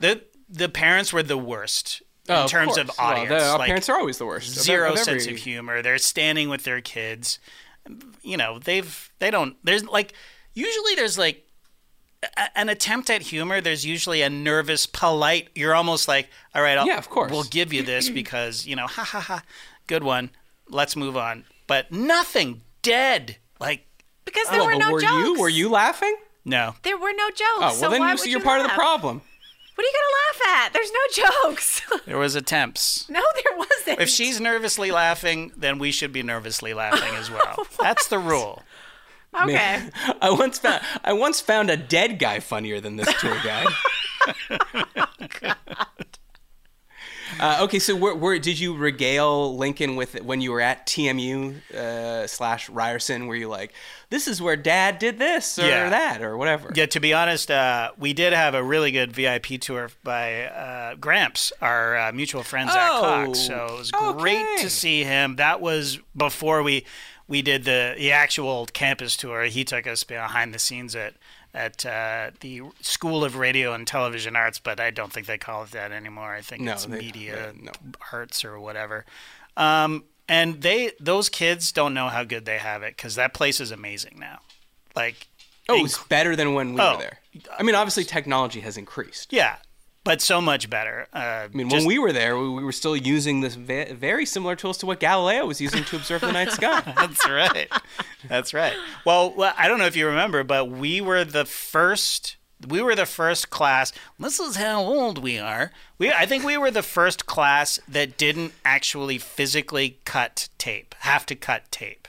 Speaker 2: the the parents were the worst in
Speaker 1: Oh,
Speaker 2: terms of
Speaker 1: course. Well,
Speaker 2: audience.
Speaker 1: the- our
Speaker 2: like,
Speaker 1: parents are always the worst. of-
Speaker 2: zero
Speaker 1: of every-
Speaker 2: sense of humor. They're standing with their kids. You know, they've they don't. There's like usually there's like a- an attempt at humor. There's usually a nervous, polite. You're almost like, all right, I'll,
Speaker 1: Yeah, of course.
Speaker 2: we'll give you this because you know, ha ha ha, good one. Let's move on. But nothing dead. Like
Speaker 3: Because there
Speaker 1: Well,
Speaker 3: were
Speaker 1: Oh, but
Speaker 3: no
Speaker 1: were
Speaker 3: jokes.
Speaker 1: you were you laughing?
Speaker 2: no.
Speaker 3: There were no jokes.
Speaker 1: Oh well,
Speaker 3: so
Speaker 1: then
Speaker 3: why
Speaker 1: you-
Speaker 3: would
Speaker 1: so
Speaker 3: you
Speaker 1: you're part of the
Speaker 3: laugh?
Speaker 1: problem.
Speaker 3: What are you gonna laugh at? There's no jokes.
Speaker 2: There was attempts.
Speaker 3: no, there wasn't.
Speaker 2: If she's nervously laughing, then we should be nervously laughing as well. That's the rule.
Speaker 3: okay.
Speaker 1: I once found I once found a dead guy funnier than this tour guide. Oh, Uh, okay, so where, where did you regale Lincoln with when you were at TMU uh, slash Ryerson? Were you like, "This is where Dad did this or
Speaker 2: Yeah.
Speaker 1: that or whatever"?
Speaker 2: Yeah, to be honest, uh, we did have a really good VIP tour by uh, Gramps, our uh, mutual friend Zach
Speaker 1: Oh,
Speaker 2: Cox. So it was great
Speaker 1: okay.
Speaker 2: to see him. That was before we we did the the actual campus tour. He took us behind the scenes at at uh, the School of Radio and Television Arts, but I don't think they call it that anymore. I think
Speaker 1: No,
Speaker 2: it's
Speaker 1: they-
Speaker 2: media
Speaker 1: they- no.
Speaker 2: arts or whatever. Um, and they those kids don't know how good they have it because that place is amazing now. Like
Speaker 1: Oh, it was better than when we
Speaker 2: Oh.
Speaker 1: were there. I mean, obviously, technology has increased.
Speaker 2: Yeah, but so much better. Uh,
Speaker 1: I mean, when we were there, we, we were still using this ve- very similar tools to what Galileo was using to observe the night sky.
Speaker 2: that's right. That's right. Well, well, I don't know if you remember, but we were the first. We were the first class. This is how old we are. We, I think, we were the first class that didn't actually physically cut tape. Have to cut tape.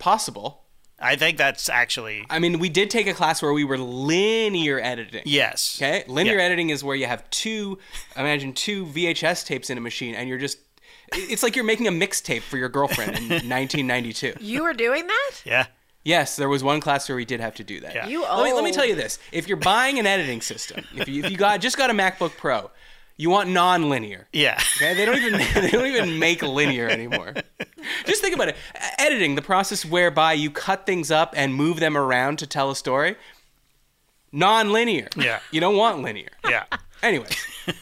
Speaker 1: Possible.
Speaker 2: I think that's actually
Speaker 1: I mean, we did take a class where we were linear editing.
Speaker 2: yes.
Speaker 1: Okay. Linear
Speaker 2: Yeah.
Speaker 1: editing is where you have two, imagine two VHS tapes in a machine, and you're just, it's like you're making a mixtape for your girlfriend in 1992.
Speaker 3: You were doing that?
Speaker 2: Yeah.
Speaker 1: Yes, there was one class where we did have to do that.
Speaker 2: Yeah.
Speaker 3: You
Speaker 1: let me, let me
Speaker 3: old.
Speaker 1: tell you this: if you're buying an editing system, if you, if you got just got a MacBook Pro, you want non-linear.
Speaker 2: Yeah.
Speaker 1: Okay, they don't even they don't even make linear anymore. Just think about it. E- Editing, the process whereby you cut things up and move them around to tell a story, non-linear.
Speaker 2: Yeah.
Speaker 1: You don't want linear.
Speaker 2: Yeah.
Speaker 1: Anyway,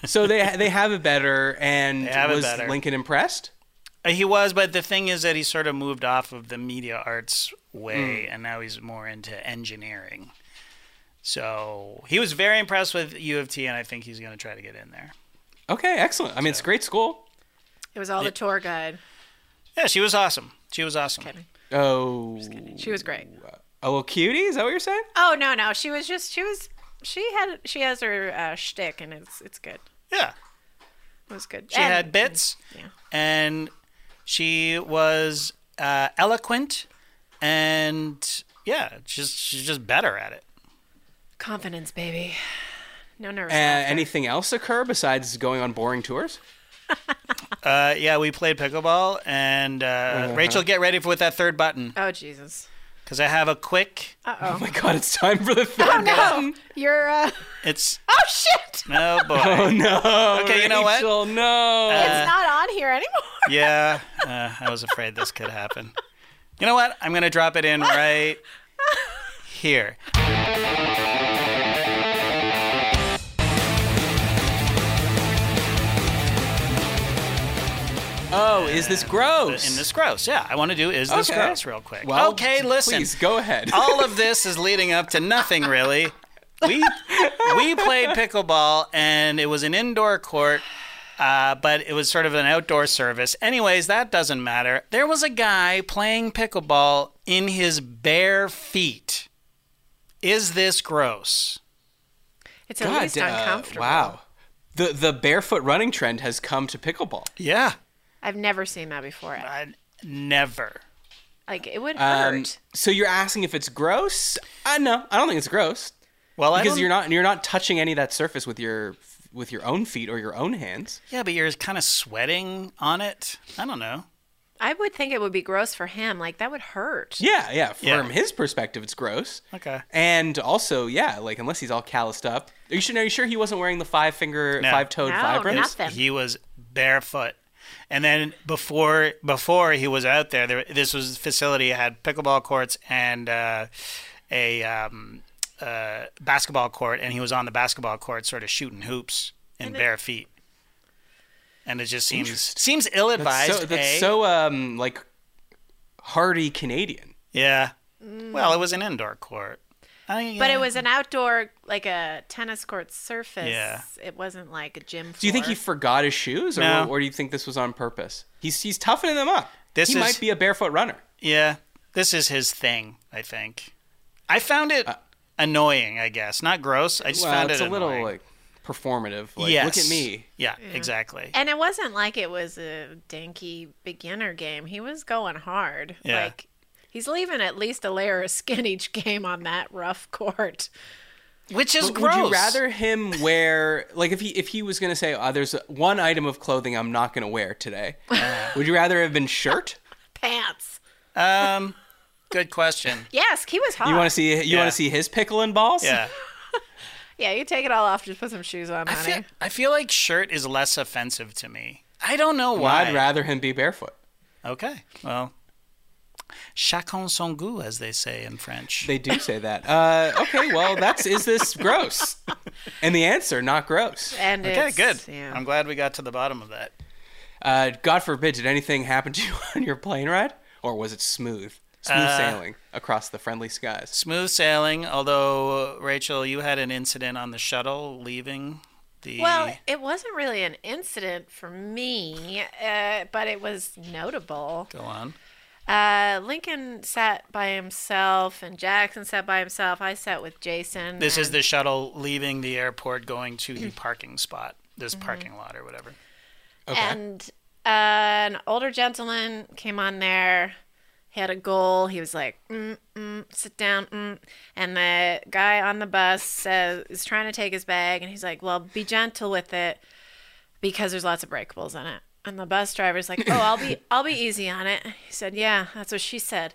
Speaker 1: so they they have it better and
Speaker 2: have it
Speaker 1: was
Speaker 2: better.
Speaker 1: Lincoln impressed?
Speaker 2: Uh, He was, but the thing is that he sort of moved off of the media arts
Speaker 3: Hmm.
Speaker 2: way, and now he's more into engineering. So he was very impressed with U of T, and I think he's going to try to get in there.
Speaker 1: Okay, excellent. I mean, it's a great school.
Speaker 3: It was all the tour guide.
Speaker 2: Yeah, she was awesome. She was awesome.
Speaker 3: Kidding.
Speaker 1: Oh,
Speaker 3: She was great.
Speaker 1: a little cutie? Is that what you're saying?
Speaker 3: Oh no, no, she was just she was she had she has her uh, shtick, and it's it's good.
Speaker 2: Yeah.
Speaker 3: It was good.
Speaker 2: She had bits,
Speaker 3: Yeah.
Speaker 2: and she was uh, eloquent, and yeah, just she's just better at it.
Speaker 3: confidence, baby. No nervous.
Speaker 1: Uh, anything else occur besides going on boring tours?
Speaker 2: Uh, yeah, we played pickleball, and uh, Rachel, get ready for with that third button
Speaker 3: oh Jesus.
Speaker 2: because I have a quick.
Speaker 1: Oh my god, it's time for the third.
Speaker 3: No, you're. Uh...
Speaker 2: It's
Speaker 3: Oh shit!
Speaker 2: oh boy,
Speaker 1: No.
Speaker 2: Okay, you know what? Uh,
Speaker 1: Rachel, no.
Speaker 3: it's not on here anymore.
Speaker 2: yeah, uh, I was afraid this could happen. You know what? I'm gonna drop it in right here.
Speaker 1: oh, is
Speaker 2: uh,
Speaker 1: this gross?
Speaker 2: In this gross, yeah, I want to do is this
Speaker 1: Okay.
Speaker 2: gross real quick.
Speaker 1: Well,
Speaker 2: okay, listen.
Speaker 1: Please go ahead.
Speaker 2: all of this is leading up to nothing really. We we played pickleball and it was an indoor court, uh, but it was sort of an outdoor service. Anyways, that doesn't matter. There was a guy playing pickleball in his bare feet. Is this gross?
Speaker 3: It's at least
Speaker 1: uh,
Speaker 3: uncomfortable.
Speaker 1: wow. The the barefoot running trend has come to pickleball.
Speaker 2: Yeah.
Speaker 3: I've never seen that before.
Speaker 2: I never.
Speaker 3: Like it would
Speaker 1: Um,
Speaker 3: hurt.
Speaker 1: so you're asking if it's gross? Uh, no, I don't think it's gross
Speaker 2: Well, I
Speaker 1: because
Speaker 2: don't-
Speaker 1: you're not you're not touching any of that surface with your with your own feet or your own hands.
Speaker 2: Yeah, but you're kind of sweating on it. I don't know.
Speaker 3: I would think it would be gross for him. Like that would hurt.
Speaker 1: Yeah, yeah. From
Speaker 2: Yeah.
Speaker 1: his perspective, it's gross.
Speaker 2: Okay.
Speaker 1: And also, yeah, like unless he's all calloused up. Are you sure? Are you sure he wasn't wearing the five finger,
Speaker 2: No.
Speaker 1: five toed
Speaker 3: No,
Speaker 1: vibrams?
Speaker 3: not Nothing.
Speaker 2: He was barefoot. And then before before he was out there, there this was facility had pickleball courts and uh, a um, uh, basketball court, and he was on the basketball court, sort of shooting hoops in bare feet. And it just seems seems eh? ill advised.
Speaker 1: So that's so um like hardy Canadian.
Speaker 2: yeah. Well, it was an indoor court. I,
Speaker 3: But it was an outdoor, like a tennis court surface.
Speaker 2: Yeah.
Speaker 3: It wasn't like a gym floor.
Speaker 1: Do you think he forgot his shoes, or,
Speaker 2: No.
Speaker 1: or do you think this was on purpose? He's he's toughening them up.
Speaker 2: This
Speaker 1: he
Speaker 2: is-
Speaker 1: might be a barefoot runner.
Speaker 2: Yeah, this is his thing. I think. I found it annoying. I guess not gross. I just
Speaker 1: Uh, Well,
Speaker 2: found
Speaker 1: it's
Speaker 2: it
Speaker 1: a little
Speaker 2: annoying.
Speaker 1: like performative. Like, look at
Speaker 2: Yes.
Speaker 1: me.
Speaker 2: Yeah, exactly.
Speaker 3: And it wasn't like it was a dinky beginner game. He was going hard.
Speaker 2: Yeah.
Speaker 3: Like he's leaving at least a layer of skin each game on that rough court.
Speaker 2: Which is
Speaker 1: But
Speaker 2: gross.
Speaker 1: Would you rather him wear like if he if he was gonna say, oh, "There's one item of clothing I'm not gonna wear today"?
Speaker 2: Ah.
Speaker 1: would you rather have been shirt?
Speaker 3: Pants.
Speaker 2: Um, good question.
Speaker 3: Yes, he was hot.
Speaker 1: You want to see you
Speaker 2: Yeah.
Speaker 1: want to see his pickle and balls?
Speaker 2: Yeah,
Speaker 3: Yeah, you take it all off. Just put some shoes on,
Speaker 2: I
Speaker 3: honey.
Speaker 2: feel I feel like shirt is less offensive to me. I don't know
Speaker 1: Well,
Speaker 2: why.
Speaker 1: I'd rather him be barefoot.
Speaker 2: Okay, well, chacun son goût, as they say in French.
Speaker 1: They do say that. Uh, okay, well, that's is this gross? And the answer, not gross.
Speaker 3: And
Speaker 2: okay,
Speaker 3: it's,
Speaker 2: good.
Speaker 3: Yeah.
Speaker 2: I'm glad we got to the bottom of that.
Speaker 1: Uh, God forbid, did anything happen to you on your plane ride, or was it smooth, smooth sailing across the friendly skies?
Speaker 2: Smooth sailing. Although Rachel, you had an incident on the shuttle leaving the.
Speaker 3: Well, it wasn't really an incident for me, uh, but it was notable.
Speaker 2: go on.
Speaker 3: Uh, Lincoln sat by himself, and Jackson sat by himself. I sat with Jason.
Speaker 2: This is
Speaker 3: and-
Speaker 2: the shuttle leaving the airport, going to the parking spot, this parking lot or whatever.
Speaker 3: and uh, an older gentleman came on there. He had a goal. He was like, mm, mm, "Sit down." Mm. And the guy on the bus says, is trying to take his bag, and he's like, "Well, be gentle with it, because there's lots of breakables in it." And the bus driver's like, "Oh, I'll be, I'll be easy on it." He said, "Yeah, that's what she said."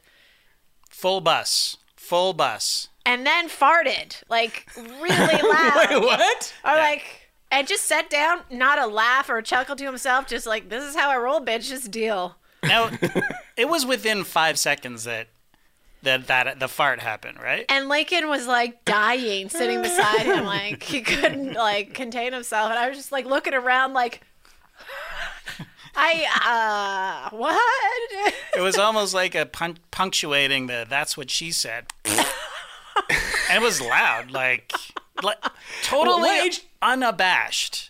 Speaker 2: Full bus. Full bus.
Speaker 3: And then farted like really loud.
Speaker 1: Wait, what?
Speaker 3: Or like, and just sat down, not a laugh or a chuckle to himself, just like, "This is how I roll, bitch. Just deal."
Speaker 2: Now, it was within five seconds that that that the fart happened, right?
Speaker 3: And Lincoln was like dying, sitting beside him, like he couldn't like contain himself. And I was just like looking around, like, I uh, what?
Speaker 2: It was almost like a pun- punctuating the "that's what she said," and it was loud, like, like totally
Speaker 1: Well, wait.
Speaker 2: unabashed.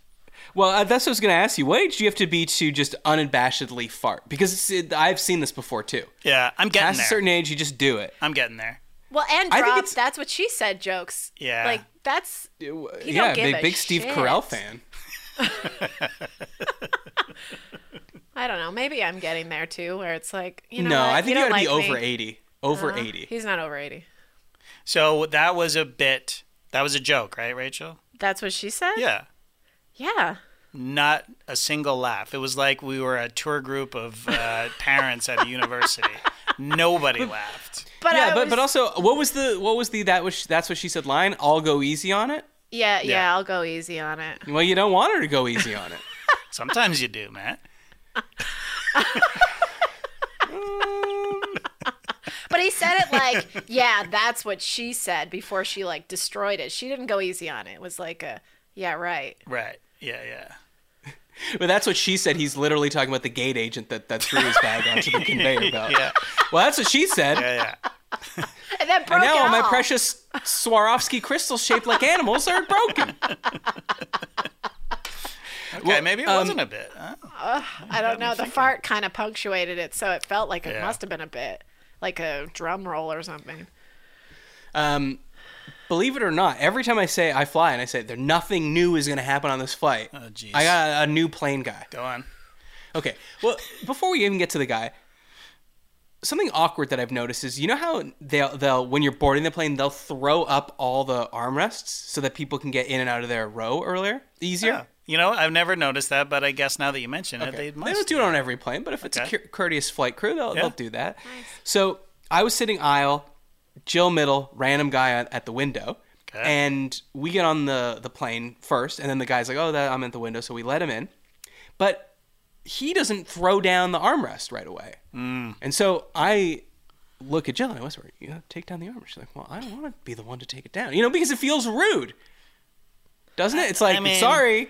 Speaker 1: Well, uh, that's what I was going to ask you. What age do you have to be to just unabashedly fart? Because it's, it, I've seen this before too.
Speaker 2: Yeah, I'm getting
Speaker 1: Past a
Speaker 2: there.
Speaker 1: certain age, you just do it.
Speaker 2: I'm getting there.
Speaker 3: Well, and
Speaker 1: I think
Speaker 3: dropped.
Speaker 1: it's-
Speaker 3: That's what she said. Jokes.
Speaker 2: Yeah.
Speaker 3: Like That's
Speaker 1: yeah,
Speaker 3: don't give
Speaker 1: big
Speaker 3: a
Speaker 1: big Steve
Speaker 3: shit.
Speaker 1: Carell fan.
Speaker 3: I don't know. Maybe I'm getting there too, where it's like you know.
Speaker 1: no,
Speaker 3: what?
Speaker 1: I think
Speaker 3: you
Speaker 1: you
Speaker 3: don't
Speaker 1: gotta be
Speaker 3: like me. Uh-huh.
Speaker 1: over eighty. Over eighty.
Speaker 3: He's not over eighty.
Speaker 2: So that was a bit. That was a joke, right, Rachel?
Speaker 3: That's what she said.
Speaker 2: Yeah.
Speaker 3: Yeah.
Speaker 2: Not a single laugh. It was like we were a tour group of uh, parents at a university. Nobody laughed.
Speaker 3: But
Speaker 1: yeah,
Speaker 3: I
Speaker 1: but
Speaker 3: was-
Speaker 1: but also, what was the what was the that was that's what she said line? I'll go easy on it.
Speaker 3: yeah, yeah,
Speaker 2: Yeah.
Speaker 3: I'll go easy on it.
Speaker 1: Well, you don't want her to go easy on it.
Speaker 2: Sometimes you do, Matt.
Speaker 3: But he said it like, yeah, that's what she said before she like destroyed it. She didn't go easy on it. It was like a, yeah, right.
Speaker 2: Right. Yeah, yeah.
Speaker 1: But that's what she said. He's literally talking about the gate agent that, that threw his bag onto the conveyor belt.
Speaker 2: Yeah.
Speaker 1: Well, that's what she said.
Speaker 2: Yeah, yeah.
Speaker 3: And then broke
Speaker 1: And now
Speaker 3: it
Speaker 1: all my
Speaker 3: all.
Speaker 1: precious Swarovski crystals shaped like animals are broken.
Speaker 2: Okay, maybe it wasn't a bit. Huh?
Speaker 3: I don't know. The fart kind of punctuated it, so it felt like it
Speaker 2: Yeah.
Speaker 3: must have been a bit like a drum roll or something.
Speaker 1: Um, believe it or not, every time I say I fly and I say there nothing new is going to happen on this flight,
Speaker 2: Oh, jeez.
Speaker 1: I got a, a new plane guy.
Speaker 2: Go on.
Speaker 1: Okay. Well, before we even get to the guy, something awkward that I've noticed is you know how they'll, they'll when you're boarding the plane they'll throw up all the armrests so that people can get in and out of their row earlier easier.
Speaker 2: Yeah. You know, I've never noticed that, but I guess now that you mention it, they
Speaker 1: They
Speaker 2: must.
Speaker 1: don't do it on every plane, but if it's
Speaker 2: Okay.
Speaker 1: a cur- courteous flight crew, they'll,
Speaker 2: Yeah.
Speaker 1: they'll do that. So I was sitting aisle, Jill middle, random guy at, at the window,
Speaker 2: Okay.
Speaker 1: and we get on the the plane first, and then the guy's like, "Oh, that, I'm at the window," so we let him in, but he doesn't throw down the armrest right away,
Speaker 2: Mm.
Speaker 1: and so I. Look at Jill and I whisper, "You gotta take down the armrest." She's like, "Well, I don't want to be the one to take it down, you know, because it feels rude, doesn't it? It's like,
Speaker 2: mean-
Speaker 1: sorry,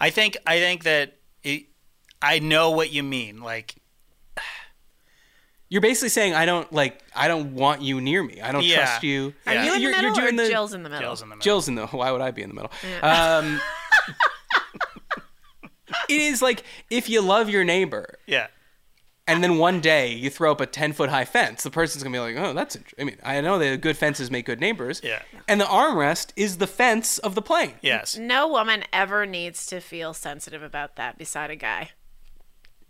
Speaker 2: I think I think that it, I know what you mean. Like,
Speaker 1: You're basically saying I don't like I don't want you near me. I don't
Speaker 2: Yeah.
Speaker 1: trust you.
Speaker 3: Are
Speaker 2: Yeah.
Speaker 3: you in
Speaker 1: You're-
Speaker 3: the
Speaker 1: you're
Speaker 3: middle
Speaker 1: doing
Speaker 3: or
Speaker 1: the-
Speaker 3: Jill's in the middle?
Speaker 2: Jill's in the middle.
Speaker 1: Jill's in the why would I be in the middle? Um, it is like if you love your neighbor
Speaker 2: Yeah.
Speaker 1: and then one day you throw up a 10 foot high fence, the person's going to be like, "Oh, that's int- I mean, I know that good fences make good neighbors."
Speaker 2: Yeah.
Speaker 1: And the armrest is the fence of the plane.
Speaker 2: Yes.
Speaker 3: No woman ever needs to feel sensitive about that beside a guy.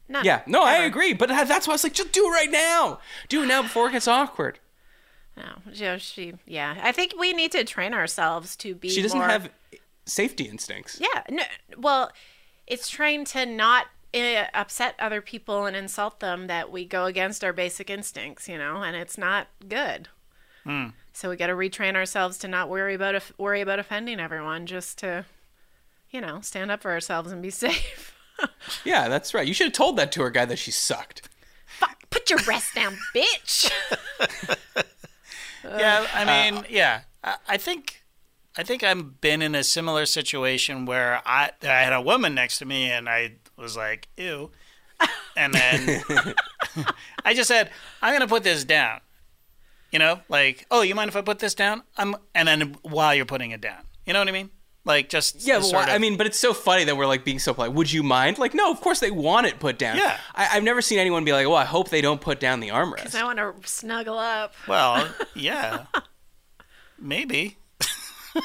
Speaker 3: None.
Speaker 1: Yeah. No, I agree, but tha- that's why I was like, "Just do it right now. Do it now before it gets awkward."
Speaker 3: No. Jill, she, yeah. I think we need to train ourselves to be
Speaker 1: She doesn't
Speaker 3: more-
Speaker 1: have safety instincts.
Speaker 3: Yeah. No, well, it's trained to not uh, upset other people and insult them that we go against our basic instincts, you know, and it's not good. So we got to retrain ourselves to not worry about of- worry about offending everyone, just to, you know, stand up for ourselves and be safe.
Speaker 1: Yeah, that's right. You should have told that tour guide that she sucked.
Speaker 3: Fuck, put your rest down, bitch.
Speaker 2: yeah. I
Speaker 1: Uh,
Speaker 2: mean, yeah. I, I think I think I've been in a similar situation where I I had a woman next to me and I was like, ew, and then I just said, I'm gonna put this down. You know, like, oh, you mind if I put this down? I'm, and then while you're putting it down, you know what I mean? Like, just
Speaker 1: Yeah,
Speaker 2: the
Speaker 1: but
Speaker 2: sort
Speaker 1: why- I
Speaker 2: of-
Speaker 1: mean, but it's so funny that we're like being so polite. Would you mind? Like, no, of course they want it put down.
Speaker 2: Yeah.
Speaker 1: I, I've never seen anyone be like, "Well, I hope they don't put down the armrest."
Speaker 3: I want to snuggle up.
Speaker 2: Well, yeah. Maybe.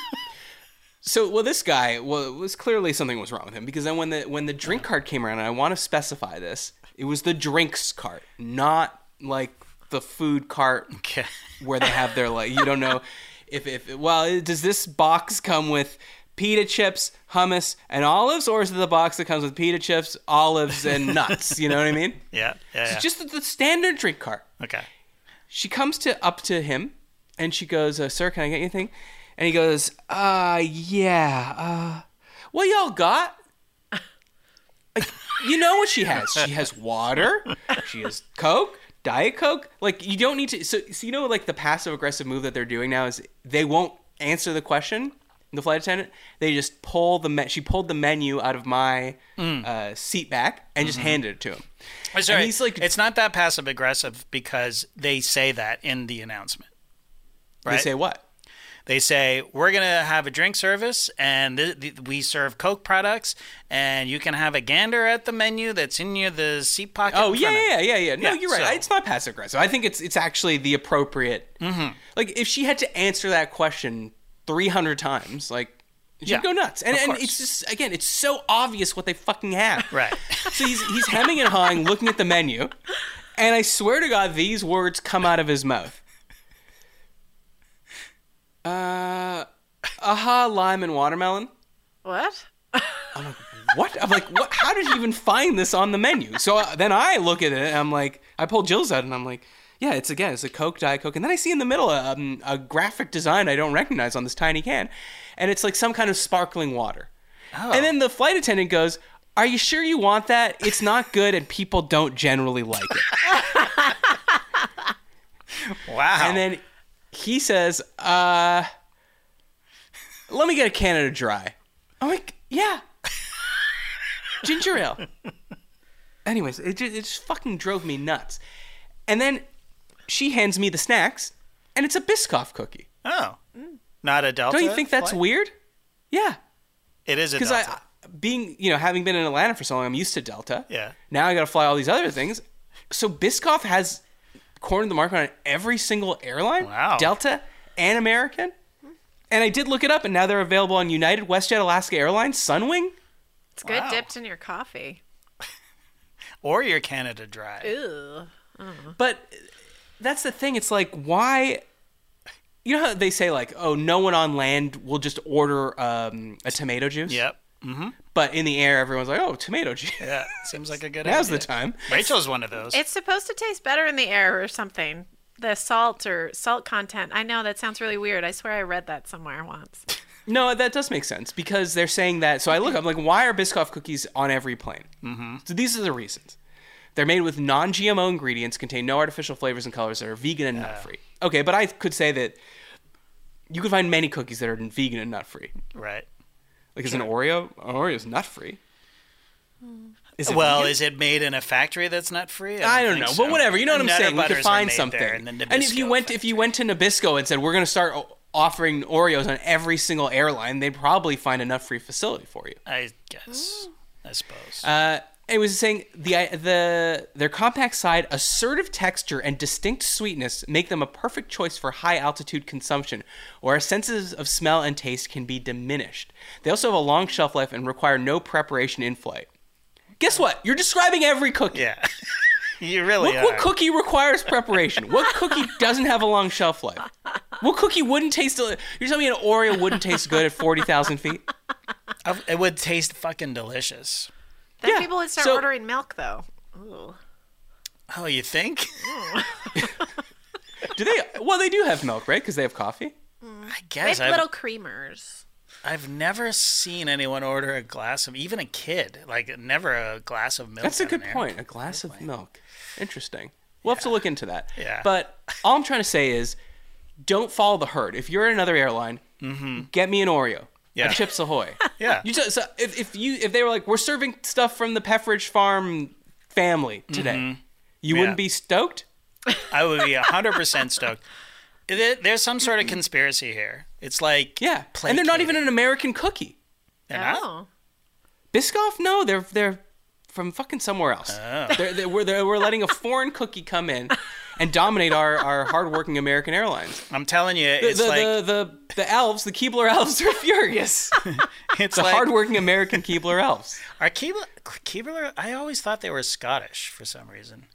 Speaker 1: So, well, this guy well, it was clearly something was wrong with him because then when the when the drink cart came around, and I want to specify this, it was the drinks cart, not like the food cart
Speaker 2: Okay.
Speaker 1: where they have their like you don't know if if well does this box come with pita chips, hummus, and olives, or is it the box that comes with pita chips, olives, and nuts? You know what I mean?
Speaker 2: Yeah. Yeah. yeah.
Speaker 1: It's just the, the standard drink cart.
Speaker 2: okay.
Speaker 1: She comes to up to him, and she goes, uh, "Sir, can I get you anything?" And he goes, "Uh, yeah. Uh, what y'all got?" Like, you know what she has? She has water. She has Coke, Diet Coke. Like, you don't need to. So, so you know, like the passive aggressive move that they're doing now is they won't answer the question. The flight attendant, they just pull the me- she pulled the menu out of my uh, seat back and just handed it to him.
Speaker 2: It's,
Speaker 1: And he's like,
Speaker 2: it's not that passive aggressive because they say that in the announcement. Right?
Speaker 1: They say what?
Speaker 2: They say, we're going to have a drink service and th- th- we serve Coke products and you can have a gander at the menu that's in your the seat pocket.
Speaker 1: Oh
Speaker 2: in
Speaker 1: yeah,
Speaker 2: front of-
Speaker 1: yeah, yeah, yeah. No,
Speaker 2: Yeah,
Speaker 1: you're right.
Speaker 2: so-
Speaker 1: It's not passive
Speaker 2: Mm-hmm.
Speaker 1: aggressive. I think it's it's actually the appropriate. Like if she had to answer that question 300 times. Like, you
Speaker 2: Yeah,
Speaker 1: should go nuts. And,
Speaker 2: of
Speaker 1: and
Speaker 2: course.
Speaker 1: it's just, again, it's so obvious what they fucking have.
Speaker 2: Right.
Speaker 1: So he's, he's hemming and hawing, looking at the menu. And I swear to God, these words come out of his mouth. Uh, aha, lime and watermelon.
Speaker 3: What?
Speaker 1: What? I'm like, what? How did you even find this on the menu? So uh, then I look at it and I'm like, I pull Jill's out and I'm like, yeah, it's again, it's a Coke, Diet Coke. And then I see in the middle um, a graphic design I don't recognize on this tiny can. And it's like some kind of sparkling water. And then the flight attendant goes, Are you sure you want that? It's not good and people don't generally like it.
Speaker 2: Wow.
Speaker 1: And then he says, uh, let me get a Canada Dry. I'm like, yeah. Ginger ale. Anyways, it just, it just fucking drove me nuts. And then she hands me the snacks, and it's a Biscoff cookie.
Speaker 2: oh, not a Delta.
Speaker 1: Don't you think that's
Speaker 2: flight?
Speaker 1: weird? Yeah.
Speaker 2: It is a
Speaker 1: Because
Speaker 2: Delta.
Speaker 1: I, being, you know, having been in Atlanta for so long, I'm used to Delta.
Speaker 2: Yeah.
Speaker 1: Now I got to fly all these other things. So Biscoff has cornered the market on every single airline.
Speaker 2: Wow.
Speaker 1: Delta and American. And I did look it up, and now they're available on United, WestJet, Alaska Airlines, Sunwing.
Speaker 3: It's good dipped in your coffee.
Speaker 2: or your Canada Dry.
Speaker 3: Ew.
Speaker 1: But that's the thing. It's like, why? You know how they say, like, oh, no one on land will just order um, a tomato juice?
Speaker 2: Yep.
Speaker 1: But in the air, everyone's like, oh, tomato juice.
Speaker 2: Yeah. Seems like a good
Speaker 1: Now's
Speaker 2: idea.
Speaker 1: the time.
Speaker 2: Rachel's one of those.
Speaker 3: It's supposed to taste better in the air or something. The salt or salt content. I know that sounds really weird. I swear I read that somewhere once.
Speaker 1: No, that does make sense because they're saying that. So I look, I'm like, why are Biscoff cookies on every plane? Mm-hmm. So these are the reasons. They're made with non GMO ingredients, contain no artificial flavors and colors, that are vegan and nut free. Okay, but I could say that you could find many cookies that are vegan and nut free.
Speaker 2: right.
Speaker 1: Like, is an Oreo? An Oreo is nut free. Is
Speaker 2: Mm. Well,
Speaker 1: vegan?
Speaker 2: is it made in a factory that's nut free?
Speaker 1: I
Speaker 2: don't
Speaker 1: don't know,
Speaker 2: think
Speaker 1: but
Speaker 2: so.
Speaker 1: whatever. You know what I'm
Speaker 2: Nutter
Speaker 1: saying? We
Speaker 2: butters
Speaker 1: could
Speaker 2: are
Speaker 1: find
Speaker 2: made
Speaker 1: something.
Speaker 2: there in the
Speaker 1: and if you
Speaker 2: Nabisco
Speaker 1: went, if you went to Nabisco and said we're going to start o- offering Oreos on every single airline, they'd probably find a nut free facility for you.
Speaker 2: I guess. I suppose.
Speaker 1: Uh, it was saying the the their compact side, assertive texture, and distinct sweetness make them a perfect choice for high altitude consumption, where our senses of smell and taste can be diminished. They also have a long shelf life and require no preparation in flight. Guess what? You're describing every cookie.
Speaker 2: yeah. you really
Speaker 1: What,
Speaker 2: are.
Speaker 1: what cookie requires preparation? What cookie doesn't have a long shelf life? What cookie wouldn't taste? You're telling me an Oreo wouldn't taste good at forty thousand feet?
Speaker 2: I- It would taste fucking delicious.
Speaker 3: Then
Speaker 1: Yeah,
Speaker 3: people would start
Speaker 1: so-
Speaker 3: ordering milk though. Ooh.
Speaker 2: Oh, you think?
Speaker 1: Do they? Well, they do have milk, right? Because they have coffee.
Speaker 2: I
Speaker 3: They
Speaker 2: guess.
Speaker 3: have
Speaker 2: I've,
Speaker 3: little creamers.
Speaker 2: I've never seen anyone order a glass of, even a kid, like never a glass of milk.
Speaker 1: That's a
Speaker 2: at an
Speaker 1: good
Speaker 2: air-
Speaker 1: point. A glass of milk. Interesting. We'll have to look into that.
Speaker 2: Yeah.
Speaker 1: But all I'm trying to say is don't follow the herd. If you're at another airline, get me an Oreo.
Speaker 2: Mm-hmm. Yeah.
Speaker 1: A Chips Ahoy.
Speaker 2: Yeah.
Speaker 1: You just, so if, if you if they were like, we're serving stuff from the Peffridge Farm family today, you
Speaker 2: Mm-hmm. Yeah.
Speaker 1: wouldn't be stoked?
Speaker 2: I would be 100% stoked. There- There's some sort of conspiracy here. It's like.
Speaker 1: Yeah. And they're not even an American cookie.
Speaker 2: They're not?
Speaker 3: Oh.
Speaker 1: Biscoff? No, they're they're from fucking somewhere else.
Speaker 2: Oh.
Speaker 1: They're, they're, we're, they're, we're letting a foreign cookie come in and dominate our, our hardworking American airlines.
Speaker 2: I'm telling you,
Speaker 1: the,
Speaker 2: it's
Speaker 1: the,
Speaker 2: like.
Speaker 1: the, the, the elves, the Keebler elves are furious.
Speaker 2: it's
Speaker 1: the
Speaker 2: like,
Speaker 1: hardworking American Keebler elves.
Speaker 2: Are Keebler, Keebler? I always thought they were Scottish for some reason.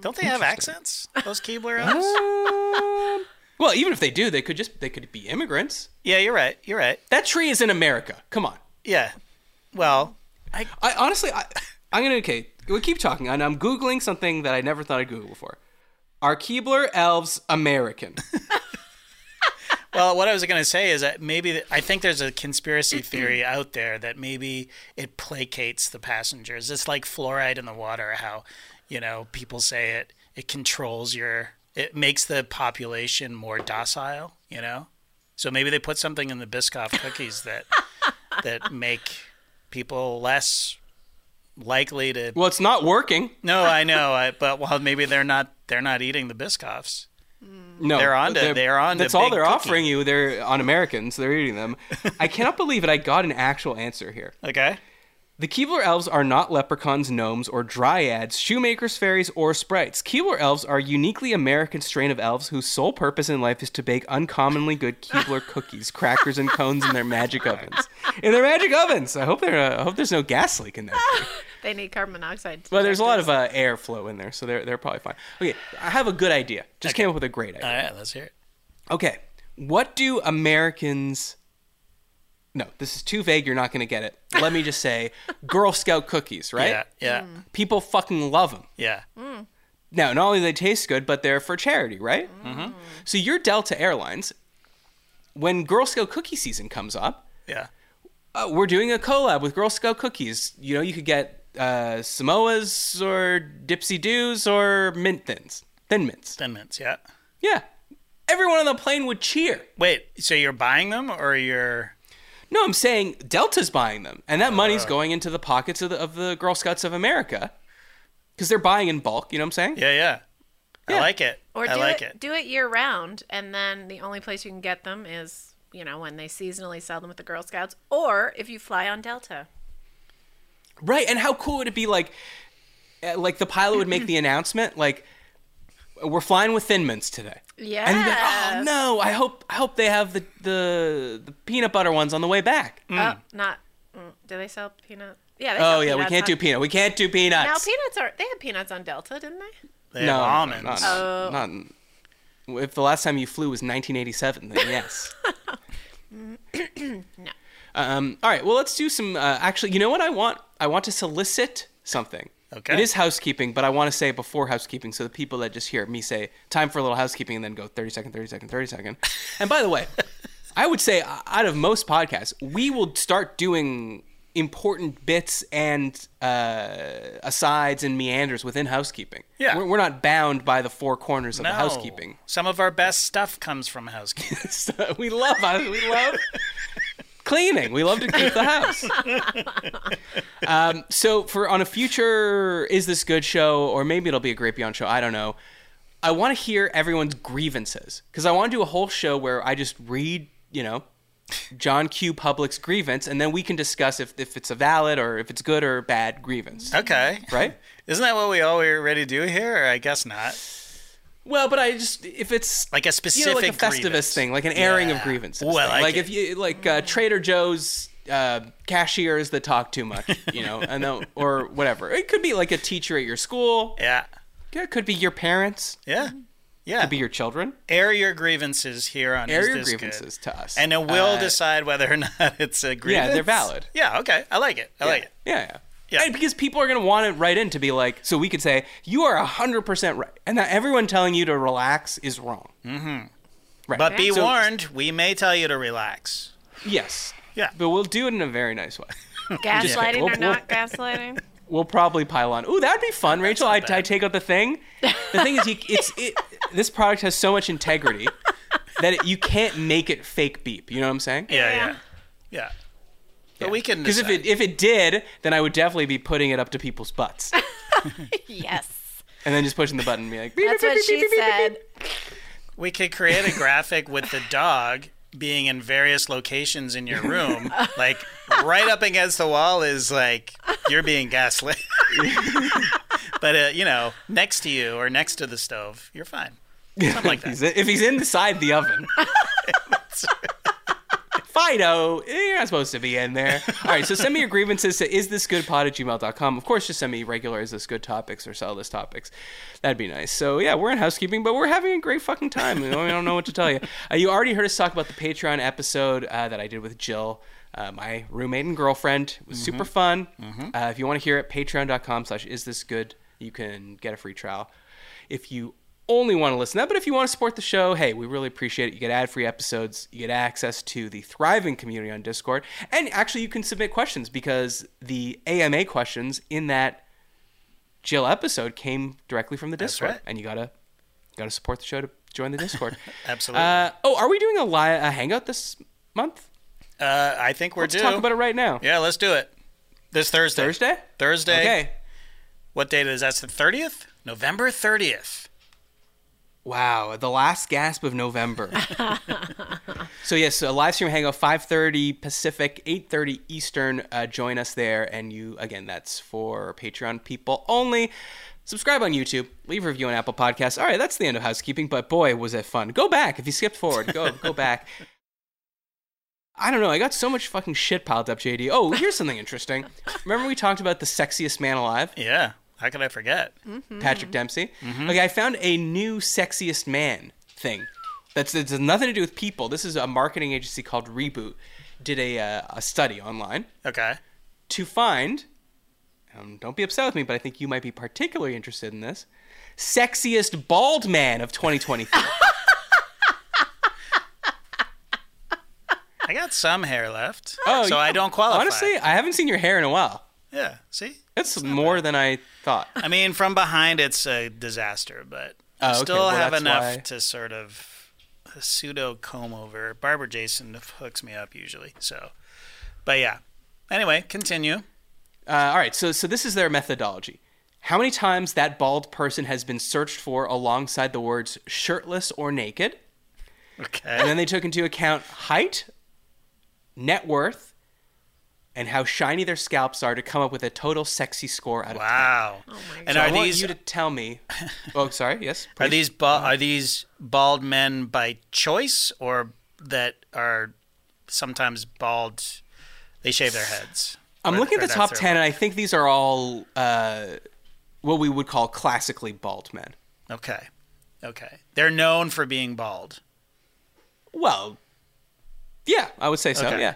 Speaker 2: Don't they have accents? Those Keebler elves?
Speaker 1: Um, well, even if they do, they could just they could be immigrants.
Speaker 2: yeah, you're right. You're right.
Speaker 1: That tree is in America. Come on.
Speaker 2: Yeah. Well, I
Speaker 1: I honestly, I, I'm gonna okay. We keep talking, and I'm googling something that I never thought I'd Google before. Are Keebler elves American?
Speaker 2: well, what I was going to say is that maybe th- I think there's a conspiracy theory out there that maybe it placates the passengers. It's like fluoride in the water. How you know people say it it controls your it makes the population more docile. You know, so maybe they put something in the Biscoff cookies that that make people less likely to.
Speaker 1: well, it's not working.
Speaker 2: No, I know, I, but well, maybe they're not they're not eating the Biscoffs.
Speaker 1: No,
Speaker 2: They're onto- they're onto
Speaker 1: That's all
Speaker 2: big
Speaker 1: they're
Speaker 2: cookie.
Speaker 1: offering you. They're on Americans. They're eating them. I cannot believe it. I got an actual answer here.
Speaker 2: Okay.
Speaker 1: The Keebler elves are not leprechauns, gnomes, or dryads, shoemakers, fairies, or sprites. Keebler elves are a uniquely American strain of elves whose sole purpose in life is to bake uncommonly good Keebler cookies, crackers, and cones in their magic ovens. In their magic ovens. I hope there. Uh, I hope there's no gas leak in there.
Speaker 3: They need carbon monoxide.
Speaker 1: But there's a lot of uh, airflow in there, so they're they're probably fine. Okay, I have a good idea. Just came up with a great idea.
Speaker 2: All right, let's hear it.
Speaker 1: Okay. What do Americans. No, this is too vague. You're not going to get it. Let me just say Girl Scout cookies, right? Hmm.
Speaker 2: Yeah, yeah,
Speaker 1: People fucking love them.
Speaker 2: yeah.
Speaker 1: Now, not only do they taste good, but they're for charity, right? Mm-hmm. So you're Delta Airlines. When Girl Scout cookie season comes up,
Speaker 2: Yeah.
Speaker 1: uh, we're doing a collab with Girl Scout cookies. You know, you could get uh, Samoas or Dipsy Doos or Mint Thins. Thin Mints.
Speaker 2: Ten minutes. Yeah.
Speaker 1: Yeah. Everyone on the plane would cheer.
Speaker 2: Wait. So you're buying them, or you're?
Speaker 1: No, I'm saying Delta's buying them, and that money's going into the pockets of the, of the Girl Scouts of America because they're buying in bulk. You know what I'm saying?
Speaker 2: Yeah, yeah. I like it.
Speaker 3: Or do
Speaker 2: I like it.
Speaker 3: do it year round, and then the only place you can get them is you know when they seasonally sell them at the Girl Scouts, or if you fly on Delta.
Speaker 1: Right. And how cool would it be like, uh, like the pilot would make the announcement like, "We're flying with Thin Mints today."
Speaker 3: Yeah.
Speaker 1: And you'd be like, oh no! I hope I hope they have the, the the peanut butter ones on the way back.
Speaker 3: Oh, not. mm, Do they sell peanut? Yeah. They
Speaker 1: Oh
Speaker 3: sell
Speaker 1: yeah, we
Speaker 3: peanuts
Speaker 1: can't
Speaker 3: on-
Speaker 1: do peanut. We can't do peanuts.
Speaker 3: Now peanuts are. They had peanuts on Delta, didn't they?
Speaker 2: They have
Speaker 1: no,
Speaker 2: almonds.
Speaker 1: No, no, not, not- if the last time you flew was 1987, then yes.
Speaker 3: No.
Speaker 1: Um, all right. Well, let's do some. Uh, actually, you know what I want? I want to solicit something.
Speaker 2: Okay.
Speaker 1: It is housekeeping, but I want to say it before housekeeping, so the people that just hear me say "time for a little housekeeping" and then go 30 second, 30 second, 30 second. And by the way, I would say uh, out of most podcasts, we will start doing important bits and uh, asides and meanders within housekeeping.
Speaker 2: Yeah.
Speaker 1: we're, we're not bound by the four corners of
Speaker 2: No.
Speaker 1: the housekeeping.
Speaker 2: Some of our best stuff comes from housekeeping.
Speaker 1: So we love us. We love cleaning. We love to keep the house. Um, so for on a future is this good show or maybe it'll be a great beyond show. I don't know. I want to hear everyone's grievances because I want to do a whole show where I just read, you know, John Q. Public's grievance, and then we can discuss if, if it's a valid or if it's good or bad grievance,
Speaker 2: okay.
Speaker 1: right?
Speaker 2: Isn't that what we already do here? Or I guess not.
Speaker 1: Well, but I just if it's
Speaker 2: Like a
Speaker 1: you know, like a
Speaker 2: specific
Speaker 1: Festivus
Speaker 2: grievance.
Speaker 1: thing, like an airing of
Speaker 2: Yeah.
Speaker 1: grievances.
Speaker 2: Ooh, I
Speaker 1: thing.
Speaker 2: like it.
Speaker 1: if you like uh, Trader Joe's uh, cashiers that talk too much, you know, and the, or whatever. It could be like a teacher at your school.
Speaker 2: Yeah.
Speaker 1: Yeah, It could be your parents.
Speaker 2: Yeah. Yeah.
Speaker 1: Could be your children.
Speaker 2: Air your grievances here on
Speaker 1: Air
Speaker 2: Is
Speaker 1: your
Speaker 2: This Good?
Speaker 1: grievances to us.
Speaker 2: And then we'll decide whether or not it's a grievance.
Speaker 1: Yeah, they're valid.
Speaker 2: Yeah, okay. I like it. I like it.
Speaker 1: Yeah, yeah.
Speaker 2: Yeah.
Speaker 1: And because people are going to want it right in to be like, so we could say, you are 100% right. And that everyone telling you to relax is wrong.
Speaker 2: Mm.
Speaker 1: Mm-hmm. Right.
Speaker 2: But be
Speaker 1: So-
Speaker 2: warned, we may tell you to relax.
Speaker 1: Yes.
Speaker 2: Yeah.
Speaker 1: But we'll do it in a very nice way.
Speaker 3: Gaslighting
Speaker 1: We'll-
Speaker 3: or not gaslighting?
Speaker 1: We'll probably pile on. Ooh, that'd be fun, Rachel. I, I take out the thing. The thing is, you, it's it, this product has so much integrity that it, you can't make it fake beep. You know what I'm saying?
Speaker 2: Yeah, yeah. Yeah. But we can
Speaker 1: Because if it
Speaker 2: decide.
Speaker 1: if it did, then I would definitely be putting it up to people's butts
Speaker 3: yes.
Speaker 1: and then just pushing the button and be like, beep,
Speaker 3: That's what she said.
Speaker 2: We could create a graphic with the dog being in various locations in your room. like right up against the wall is like you're being gaslit. but uh, you know, next to you or next to the stove, you're fine. Something like
Speaker 1: He's
Speaker 2: that.
Speaker 1: in- if he's inside the oven. Fido, eh, you're not supposed to be in there. All right, so send me your grievances to isthisgoodpod at gmail.com. Of course, just send me regular is this good topics or sell this topics. That'd be nice. So, yeah, we're in housekeeping, but we're having a great fucking time. You know, I don't know what to tell you. Uh, you already heard us talk about the Patreon episode uh, that I did with Jill, uh, my roommate and girlfriend. It was super fun. Uh, if you want to hear it, patreon.com slash is this good. You can get a free trial if you only want to listen to that. But if you want to support the show, hey, we really appreciate it. You get ad free episodes, you get access to the thriving community on Discord. And actually, you can submit questions because the AMA questions in that Jill episode came directly from the Discord.
Speaker 2: right.
Speaker 1: And you got to gotta support the show to join the Discord.
Speaker 2: Absolutely.
Speaker 1: uh, oh, are we doing a, li- a hangout this month?
Speaker 2: Uh, I think we're
Speaker 1: Let's
Speaker 2: due.
Speaker 1: talk about it right now.
Speaker 2: Yeah, let's do it. This Thursday.
Speaker 1: Thursday?
Speaker 2: Thursday.
Speaker 1: Okay.
Speaker 2: What date is that? That's the 30th? November 30th.
Speaker 1: Wow, the last gasp of November. So yes, a live stream hangout, five thirty Pacific, eight thirty Eastern. Uh, join us there, and you again. That's for Patreon people only. Subscribe on YouTube, leave a review on Apple Podcasts. All right, that's the end of housekeeping. But boy, was it fun! Go back if you skipped forward. Go go back. I don't know. I got so much fucking shit piled up, JD. Oh, here's something interesting. Remember we talked about the sexiest man alive?
Speaker 2: Yeah. How could I forget?
Speaker 1: Mm. Patrick Dempsey. Okay, I found a new sexiest man thing. That's it has nothing to do with people. This is a marketing agency called Reboot did a uh, a study online
Speaker 2: Okay.
Speaker 1: to find. Um, don't be upset with me, but I think you might be particularly interested in this. Sexiest bald man of 2023.
Speaker 2: I got some hair left.
Speaker 1: Oh,
Speaker 2: so I
Speaker 1: you-
Speaker 2: don't qualify.
Speaker 1: Honestly, I haven't seen your hair in a while.
Speaker 2: Yeah. See?
Speaker 1: That's more than I thought. Uh,
Speaker 2: I mean, from behind, it's a disaster, but
Speaker 1: Oh,
Speaker 2: I
Speaker 1: okay.
Speaker 2: still
Speaker 1: Well,
Speaker 2: have
Speaker 1: that's
Speaker 2: enough
Speaker 1: why-
Speaker 2: to sort of a pseudo comb over. Barbara Jason hooks me up usually, so. But yeah. Anyway, continue.
Speaker 1: Uh, all right, so so this is their methodology. How many times that bald person has been searched for alongside the words shirtless or naked? And
Speaker 2: Okay.
Speaker 1: then they took into account height, net worth, and how shiny their scalps are to come up with a total sexy score out of
Speaker 2: Wow. and
Speaker 1: So I
Speaker 2: are
Speaker 1: want
Speaker 2: these
Speaker 1: you to tell me? Oh, sorry. Yes.
Speaker 2: are these ba- are these bald men by choice or that are sometimes bald? They shave their heads.
Speaker 1: I'm
Speaker 2: Or-
Speaker 1: looking at
Speaker 2: or
Speaker 1: the
Speaker 2: that's
Speaker 1: top
Speaker 2: their-
Speaker 1: ten, and I think these are all uh, what we would call classically bald men.
Speaker 2: Okay. Okay. They're known for being bald.
Speaker 1: Well, yeah, I would say so.
Speaker 2: Okay.
Speaker 1: Yeah.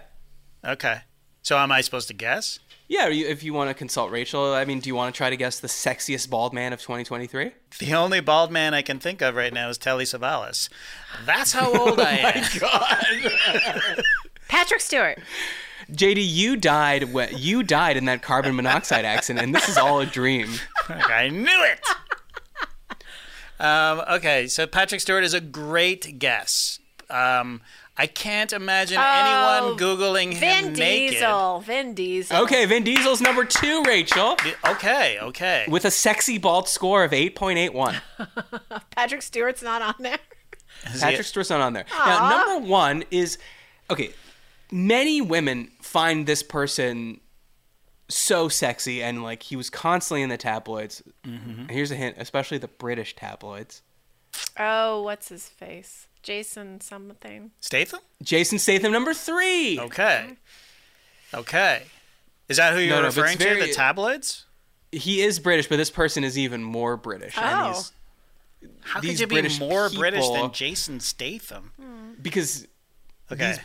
Speaker 2: Okay. So am I supposed to guess?
Speaker 1: Yeah, or you- if you want to consult Rachel, I mean, do you want to try to guess the sexiest bald man of 2023?
Speaker 2: The only bald man I can think of right now is Telly Savalas. That's how old I am.
Speaker 3: Patrick Stewart.
Speaker 1: JD, you died when you died in that carbon monoxide accident, and this is all a dream.
Speaker 2: I knew it. Um, okay, so Patrick Stewart is a great guess. Um, I can't imagine anyone googling
Speaker 3: Oh, Vin
Speaker 2: him
Speaker 3: Diesel. Vin Diesel.
Speaker 1: Okay, Vin Diesel's number two, Rachel,
Speaker 2: naked. Okay, okay.
Speaker 1: with a sexy bald score of 8.81.
Speaker 3: Patrick Stewart's not on there.
Speaker 1: Patrick Stewart's not on there. Now, number one is okay. Many women find this person so sexy, and like he was constantly in the tabloids. And here's a hint, especially the British tabloids.
Speaker 3: Oh, what's his face? Jason something.
Speaker 2: Statham?
Speaker 1: Jason Statham, number three.
Speaker 2: Okay. Okay. Is that who you're
Speaker 1: no, but it's
Speaker 2: referring to?
Speaker 1: very-
Speaker 2: The tabloids?
Speaker 1: He is British, but this person is even more British.
Speaker 3: Oh.
Speaker 1: And he's,
Speaker 2: How
Speaker 1: These
Speaker 2: could you be
Speaker 1: British
Speaker 2: more British
Speaker 1: people-
Speaker 2: than Jason Statham?
Speaker 1: because
Speaker 2: Okay.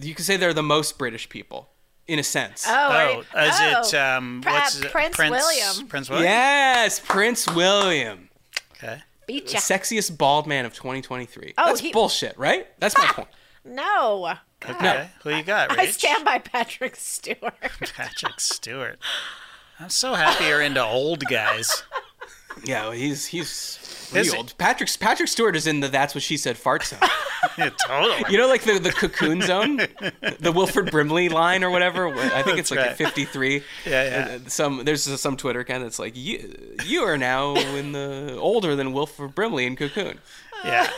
Speaker 1: you could say they're the most British people, in a sense.
Speaker 3: Oh,
Speaker 2: Oh,
Speaker 3: are-
Speaker 2: is
Speaker 3: oh.
Speaker 2: it um,
Speaker 3: Pra-
Speaker 2: what's his-
Speaker 3: Prince William.
Speaker 2: Prince William.
Speaker 1: Yes, Prince William.
Speaker 2: Okay.
Speaker 3: Beat
Speaker 1: the
Speaker 3: ya.
Speaker 1: sexiest bald man of 2023.
Speaker 3: Oh,
Speaker 1: That's
Speaker 3: he-
Speaker 1: bullshit, right? That's
Speaker 2: Ah!
Speaker 1: my point.
Speaker 3: no. God.
Speaker 2: Okay. Who you got? Rach?
Speaker 3: I stand by Patrick Stewart.
Speaker 2: Patrick Stewart. I'm so happy you're into old guys.
Speaker 1: Yeah, well, he's he's
Speaker 2: Is
Speaker 1: real.
Speaker 2: he-
Speaker 1: old. Patrick Patrick Stewart is in the that's what she said fart zone.
Speaker 2: Yeah, totally.
Speaker 1: You know, like the the cocoon zone, the Wilford Brimley line or whatever. wh- I think it's
Speaker 2: That's
Speaker 1: like at
Speaker 2: right.
Speaker 1: 53.
Speaker 2: Yeah, yeah.
Speaker 1: Uh, Some there's some Twitter account that's like you you are now in the older than Wilford Brimley in Cocoon.
Speaker 2: Yeah.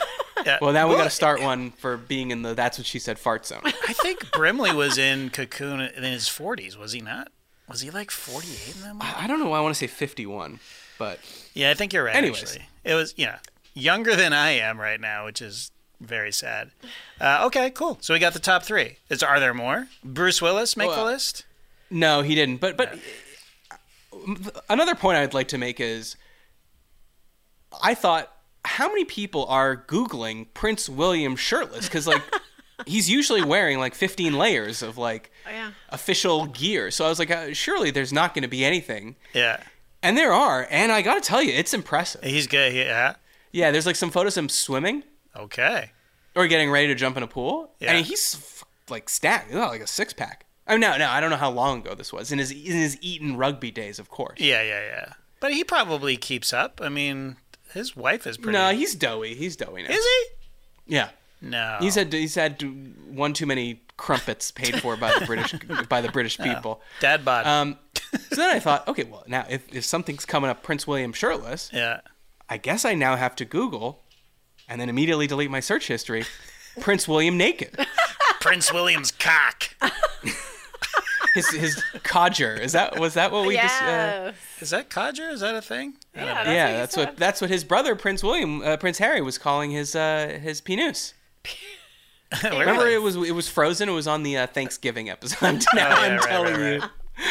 Speaker 2: yeah.
Speaker 1: Well, now we got to start one for being in the that's what she said fart zone.
Speaker 2: I think Brimley was in Cocoon in his 40s, was he not? Was he like 48 in that movie?
Speaker 1: I don't know why I want to say 51, but
Speaker 2: Yeah, I think you're right.
Speaker 1: Anyways.
Speaker 2: Actually. It was, yeah, younger than I am right now, which is very sad. Uh, okay, cool. So we got the top three. Is Are there more? Bruce Willis make
Speaker 1: Well,
Speaker 2: the list?
Speaker 1: No, he didn't. But but another point I'd like to make is I thought how many people are googling Prince William shirtless cuz like he's usually wearing like 15 layers of like
Speaker 3: yeah.
Speaker 1: official gear. So I was like uh, surely there's not going to be anything.
Speaker 2: Yeah.
Speaker 1: And there are, and I got to tell you it's impressive.
Speaker 2: He's good. Yeah.
Speaker 1: Yeah, there's like some photos of him swimming
Speaker 2: Okay.
Speaker 1: or getting ready to jump in a pool.
Speaker 2: Yeah.
Speaker 1: And he's f- like stacked, he's got, like a six-pack. Oh no, no, I don't know how long ago this was. In his in his Eton rugby days, of course.
Speaker 2: Yeah, yeah, yeah. But he probably keeps up. I mean, his wife is pretty.
Speaker 1: No, he's doughy. He's doughy now.
Speaker 2: Is he?
Speaker 1: Yeah.
Speaker 2: No.
Speaker 1: He's had he's had one too many crumpets paid for by the British by the British people.
Speaker 2: dad bod.
Speaker 1: Um, so then I thought, okay, well now if, if something's coming up Prince William shirtless,
Speaker 2: yeah.
Speaker 1: I guess I now have to Google and then immediately delete my search history. Prince William naked.
Speaker 2: Prince William's cock.
Speaker 1: His his codger is that was that what we just? Uh,
Speaker 3: yeah.
Speaker 2: Is that codger? Is that a thing? I don't know.
Speaker 1: yeah,
Speaker 3: yeah, that's what you
Speaker 1: that's
Speaker 3: said.
Speaker 1: what that's what his brother Prince William uh, Prince Harry was calling his uh, his penis. Remember, it was it was frozen. It was on the uh, Thanksgiving episode. now
Speaker 2: Oh, yeah,
Speaker 1: I'm
Speaker 2: right,
Speaker 1: telling you.
Speaker 2: right,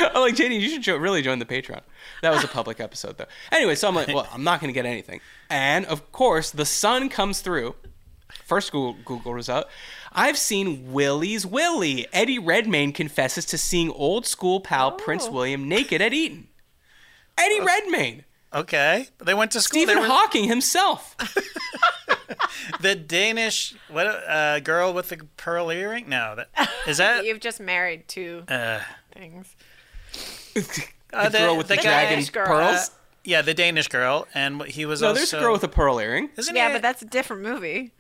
Speaker 1: I'm like Jenny, you should jo- really join the Patreon. That was a public episode though. Anyway, so I'm like, well, I'm not going to get anything. And of course, the sun comes through. First Google, Google result. I've seen Willie's Willie. Eddie Redmayne confesses to seeing old school pal
Speaker 2: Oh.
Speaker 1: Prince William naked at Eton. Eddie Redmayne,
Speaker 2: Okay. They went to school.
Speaker 1: Stephen
Speaker 2: they Uh, were
Speaker 1: Hawking himself.
Speaker 2: the Danish what uh, girl with the pearl earring? No, that is that
Speaker 3: You've just married two things.
Speaker 2: uh,
Speaker 1: the girl with the,
Speaker 2: guy-
Speaker 1: dragon
Speaker 3: Danish girl.
Speaker 1: pearls.
Speaker 2: yeah, the Danish girl, and he was
Speaker 1: no,
Speaker 2: also
Speaker 1: there's a girl with a pearl earring.
Speaker 2: isn't
Speaker 3: Yeah,
Speaker 2: it-
Speaker 3: but that's a different movie.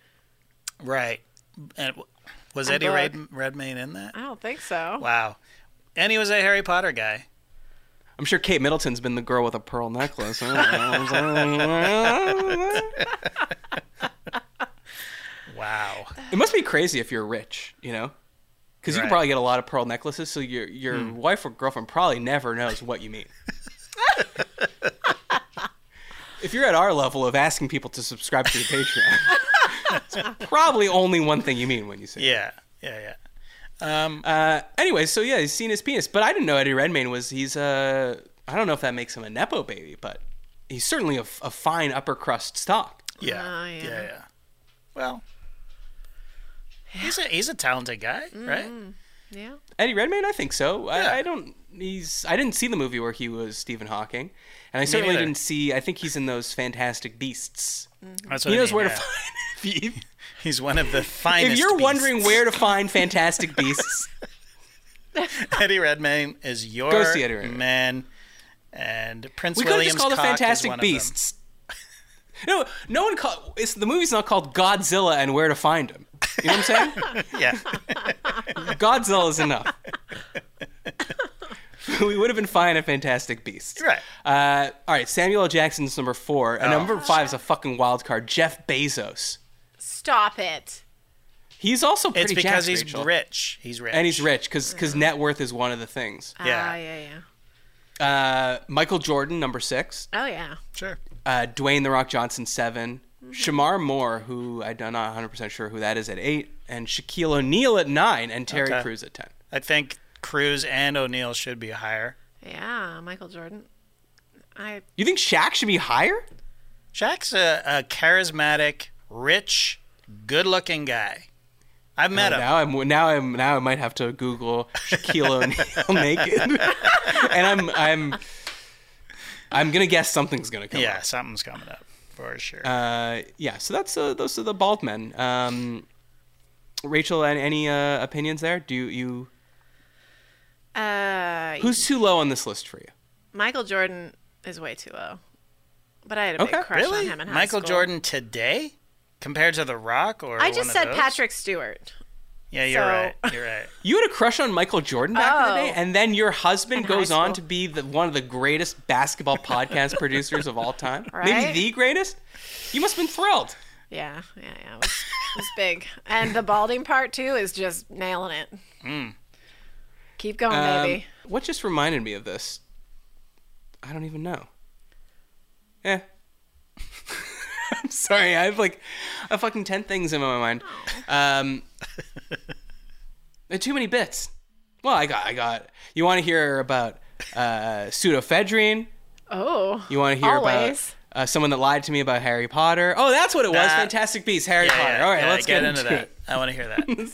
Speaker 2: right. And was Eddie
Speaker 3: book.
Speaker 2: Red, Redmayne in that?
Speaker 3: I don't think so.
Speaker 2: Wow. And he was a Harry Potter guy.
Speaker 1: I'm sure Kate Middleton's been the girl with a pearl necklace. it
Speaker 2: Wow.
Speaker 1: must be crazy if you're rich, you know? Because you
Speaker 2: Right. Hmm.
Speaker 1: can probably get a lot of pearl necklaces, so your your wife or girlfriend probably never knows what you mean. if you're at our level of asking people to subscribe to your Patreon, it's probably only one thing you mean when you say. it.
Speaker 2: Yeah. Yeah. Yeah.
Speaker 1: Uh, anyway, so yeah, he's seen his penis, but I didn't know Eddie Redmayne was. He's uh, I don't know if that makes him a nepo baby, but he's certainly a, a fine upper crust stock.
Speaker 2: Yeah.
Speaker 3: Oh, yeah.
Speaker 2: yeah. uh, Yeah. Well, he's a he's a talented guy, right?
Speaker 3: Yeah.
Speaker 1: Eddie Redmayne, I think so.
Speaker 2: Yeah.
Speaker 1: I, I don't. He's. I didn't see the movie where he was Stephen Hawking, and I certainly
Speaker 2: neither.
Speaker 1: didn't see. I think he's in those Fantastic Beasts.
Speaker 2: That's what
Speaker 1: He
Speaker 2: I
Speaker 1: knows
Speaker 2: mean,
Speaker 1: where
Speaker 2: yeah.
Speaker 1: to find. If, you,
Speaker 2: He's one of the finest.
Speaker 1: if you're
Speaker 2: beasts.
Speaker 1: wondering where to find Fantastic Beasts,
Speaker 2: Eddie Redmayne is your
Speaker 1: Go see Eddie Redmayne.
Speaker 2: man, and Prince
Speaker 1: we could have
Speaker 2: William's
Speaker 1: just called it
Speaker 2: cock is
Speaker 1: Fantastic
Speaker 2: one of them.
Speaker 1: Beasts. No, no one called. It's the movie's not called Godzilla and Where to Find Him. You know what I'm saying?
Speaker 2: Yeah,
Speaker 1: Godzilla is enough. we would have been fine at Fantastic Beasts.
Speaker 2: Right. Oh.
Speaker 1: Uh, all right, Samuel L. Jackson's number four, and number five is a fucking wild card. Jeff Bezos.
Speaker 3: Stop it.
Speaker 1: He's also pretty
Speaker 2: it's because
Speaker 1: jacked,
Speaker 2: he's
Speaker 1: Rachel.
Speaker 2: rich. He's rich,
Speaker 1: And he's rich because net worth is one of the things.
Speaker 2: Yeah.
Speaker 3: Ah, yeah, yeah.
Speaker 1: Uh, Michael Jordan, number six.
Speaker 3: Oh, yeah.
Speaker 2: Sure.
Speaker 1: Uh, Dwayne The Rock Johnson, 7 Shamar Moore, who I'm not 100% sure who that is, at eight. And Shaquille O'Neal at nine. And Terry
Speaker 2: Okay.
Speaker 1: Crews at 10.
Speaker 2: I think Cruz and O'Neal should be higher.
Speaker 3: Yeah, Michael Jordan. I
Speaker 1: You think Shaq should be higher?
Speaker 2: Shaq's a, a charismatic, rich, good-looking guy. I've
Speaker 1: Oh,
Speaker 2: met him.
Speaker 1: Now I'm now I'm now I might have to Google Shaquille O'Neal naked, and I'm I'm I'm gonna guess something's gonna come.
Speaker 2: Yeah, something's coming up for sure.
Speaker 1: up. Uh, yeah. So that's uh, those are the bald men. Um, Rachel, an- any uh, opinions there? Do you, you
Speaker 3: uh
Speaker 1: who's too low on this list for you?
Speaker 3: Michael Jordan is way too low. But I had a big
Speaker 1: Okay.
Speaker 3: crush on
Speaker 2: really,
Speaker 3: him in high
Speaker 2: Michael
Speaker 3: school.
Speaker 2: Jordan today compared to The Rock or
Speaker 3: I
Speaker 2: one
Speaker 3: just
Speaker 2: of
Speaker 3: said
Speaker 2: those?
Speaker 3: Patrick Stewart.
Speaker 2: Yeah, you're
Speaker 3: so-
Speaker 2: right. You're right.
Speaker 1: You had a crush on Michael Jordan back in the day,
Speaker 3: Oh.
Speaker 1: and then your husband
Speaker 3: high
Speaker 1: goes on
Speaker 3: school.
Speaker 1: to be the, one of the greatest basketball podcast producers of all time. Maybe
Speaker 3: Right?
Speaker 1: the greatest. You must have been thrilled.
Speaker 3: Yeah, yeah, yeah. It was, it was big. And the balding part too is just nailing it.
Speaker 2: Hmm.
Speaker 3: Keep going,
Speaker 1: Um,
Speaker 3: baby.
Speaker 1: What just reminded me of this? I don't even know. Eh. I'm sorry. I have like a fucking 10 things in my mind. Um, there are too many bits. Well, I got, I got, you want to hear about uh, pseudoephedrine?
Speaker 3: Oh.
Speaker 1: You want to hear
Speaker 3: Always.
Speaker 1: about uh, someone that lied to me about Harry Potter? Oh, that's what it was.
Speaker 2: Nah.
Speaker 1: Fantastic Beasts, Harry
Speaker 2: Yeah,
Speaker 1: Potter.
Speaker 2: yeah,
Speaker 1: All right,
Speaker 2: yeah,
Speaker 1: let's
Speaker 2: get,
Speaker 1: get,
Speaker 2: into that.
Speaker 1: it.
Speaker 2: I want to hear that.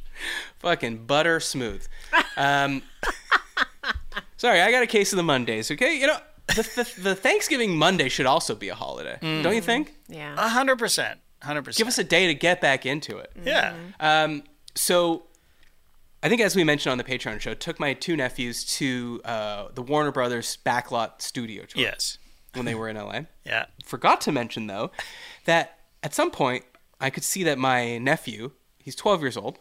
Speaker 1: fucking butter smooth. Um, sorry, I got a case of the Mondays. Okay, you know the, the, the Thanksgiving Monday should also be a holiday, don't you think?
Speaker 3: Yeah.
Speaker 2: A hundred percent. A Hundred percent.
Speaker 1: Give us a day to get back into it.
Speaker 2: yeah.
Speaker 1: Um, so. I think, as we mentioned on the Patreon show, took my two nephews to uh, the Warner Brothers backlot studio tour
Speaker 2: yes.
Speaker 1: when they were in LA.
Speaker 2: Yeah.
Speaker 1: Forgot to mention though that at some point I could see that my nephew, he's 12 years old,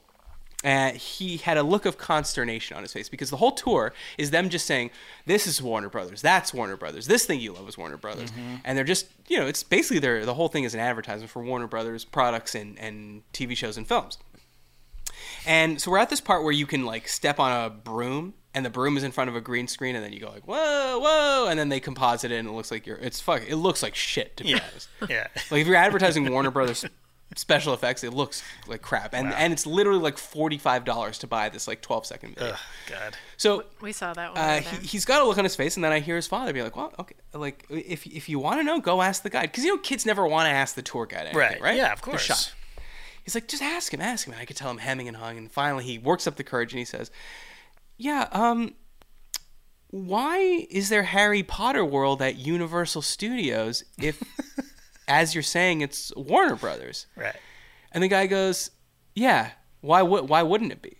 Speaker 1: uh, he had a look of consternation on his face because the whole tour is them just saying, "This is Warner Brothers. That's Warner Brothers. This thing you love is Warner Brothers," and they're just, you know, it's basically their the whole thing is an advertisement for Warner Brothers products and and TV shows and films. And so we're at this part where you can like step on a broom, and the broom is in front of a green screen, and then you go like whoa, whoa, and then they composite it, and it looks like you're it's fuck. It looks like shit to be honest.
Speaker 2: Yeah.
Speaker 1: Like if you're advertising Warner Brothers special effects, it looks like crap, and and it's literally like forty five dollars to buy this like twelve second video.
Speaker 2: God.
Speaker 1: So
Speaker 3: We saw that one.
Speaker 1: uh,
Speaker 3: right there.
Speaker 1: he, he's got a look on his face, and then I hear his father be like, "Well, okay, like if if you want to know, go ask the guide, because you know kids never want to ask the tour guide anything, right?
Speaker 2: Right. Yeah, of
Speaker 1: They're
Speaker 2: course.
Speaker 1: shy. He's like, just ask him, ask him, and I could tell him hemming and hawing, and finally he works up the courage and he says, "Yeah, um, why is there Harry Potter World at Universal Studios if, as you're saying, it's Warner Brothers?"
Speaker 2: Right.
Speaker 1: And the guy goes, "Yeah, why would why wouldn't it be?"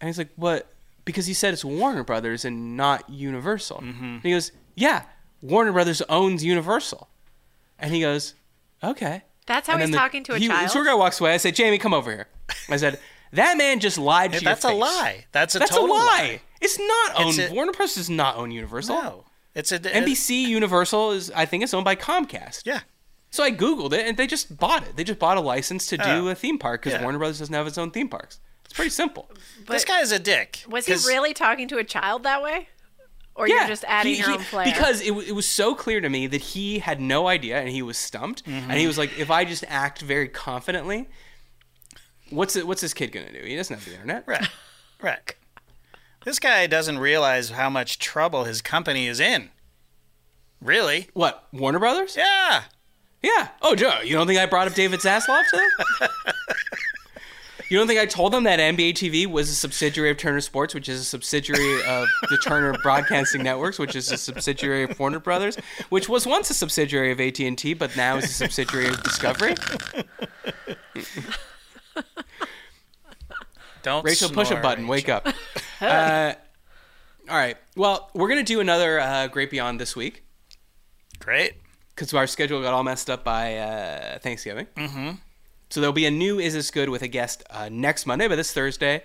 Speaker 1: And he's like, "What?" Because he said it's Warner Brothers and not Universal. And he goes, "Yeah, Warner Brothers owns Universal." And he goes, "Okay."
Speaker 3: That's how
Speaker 1: And
Speaker 3: he's
Speaker 1: then
Speaker 3: talking to a
Speaker 1: he,
Speaker 3: child?
Speaker 1: The tour guy walks away. I said, "Jamie, come over here." I said, "That man just lied to
Speaker 2: Yeah,
Speaker 1: you." your
Speaker 2: that's a
Speaker 1: face."
Speaker 2: lie. That's a
Speaker 1: That's
Speaker 2: total
Speaker 1: a lie.
Speaker 2: lie.
Speaker 1: It's not owned.
Speaker 2: It's a-
Speaker 1: Warner Brothers does not own Universal.
Speaker 2: No. It's a
Speaker 1: NBC Universal is, I think, it's owned by Comcast.
Speaker 2: Yeah.
Speaker 1: So I googled it, and they just bought it. They just bought a license to do
Speaker 2: Oh.
Speaker 1: a theme park because
Speaker 2: Yeah.
Speaker 1: Warner Brothers doesn't have its own theme parks. It's pretty simple.
Speaker 2: this guy is a dick.
Speaker 3: was he
Speaker 2: 'Cause-
Speaker 3: really talking to a child that way? Or
Speaker 1: yeah,
Speaker 3: you're just adding
Speaker 1: he-
Speaker 3: your
Speaker 1: he-
Speaker 3: own flair?
Speaker 1: because it, w- it was so clear to me that he had no idea and he was stumped, and he was like, "If I just act very confidently, what's it, what's this kid gonna do? He doesn't have the internet,
Speaker 2: Right. Right. This guy doesn't realize how much trouble his company is in. Really?
Speaker 1: What Warner Brothers?
Speaker 2: Yeah.
Speaker 1: Yeah. Oh, Joe, you don't think I brought up David Zaslav to them? you don't think I told them that NBA TV was a subsidiary of Turner Sports, which is a subsidiary of the Turner Broadcasting Networks, which is a subsidiary of Warner Brothers, which was once a subsidiary of AT and T, but now is a subsidiary of Discovery.
Speaker 2: Don't
Speaker 1: Rachel, push a
Speaker 2: snore,
Speaker 1: button. Wake
Speaker 2: Rachel.
Speaker 1: up. Uh, all right. Well, we're gonna do another uh, Great Beyond this week
Speaker 2: Great.
Speaker 1: because our schedule got all messed up by uh, Thanksgiving. Mm-hmm. So there'll be a new Is This Good with a guest uh, next Monday, but this Thursday,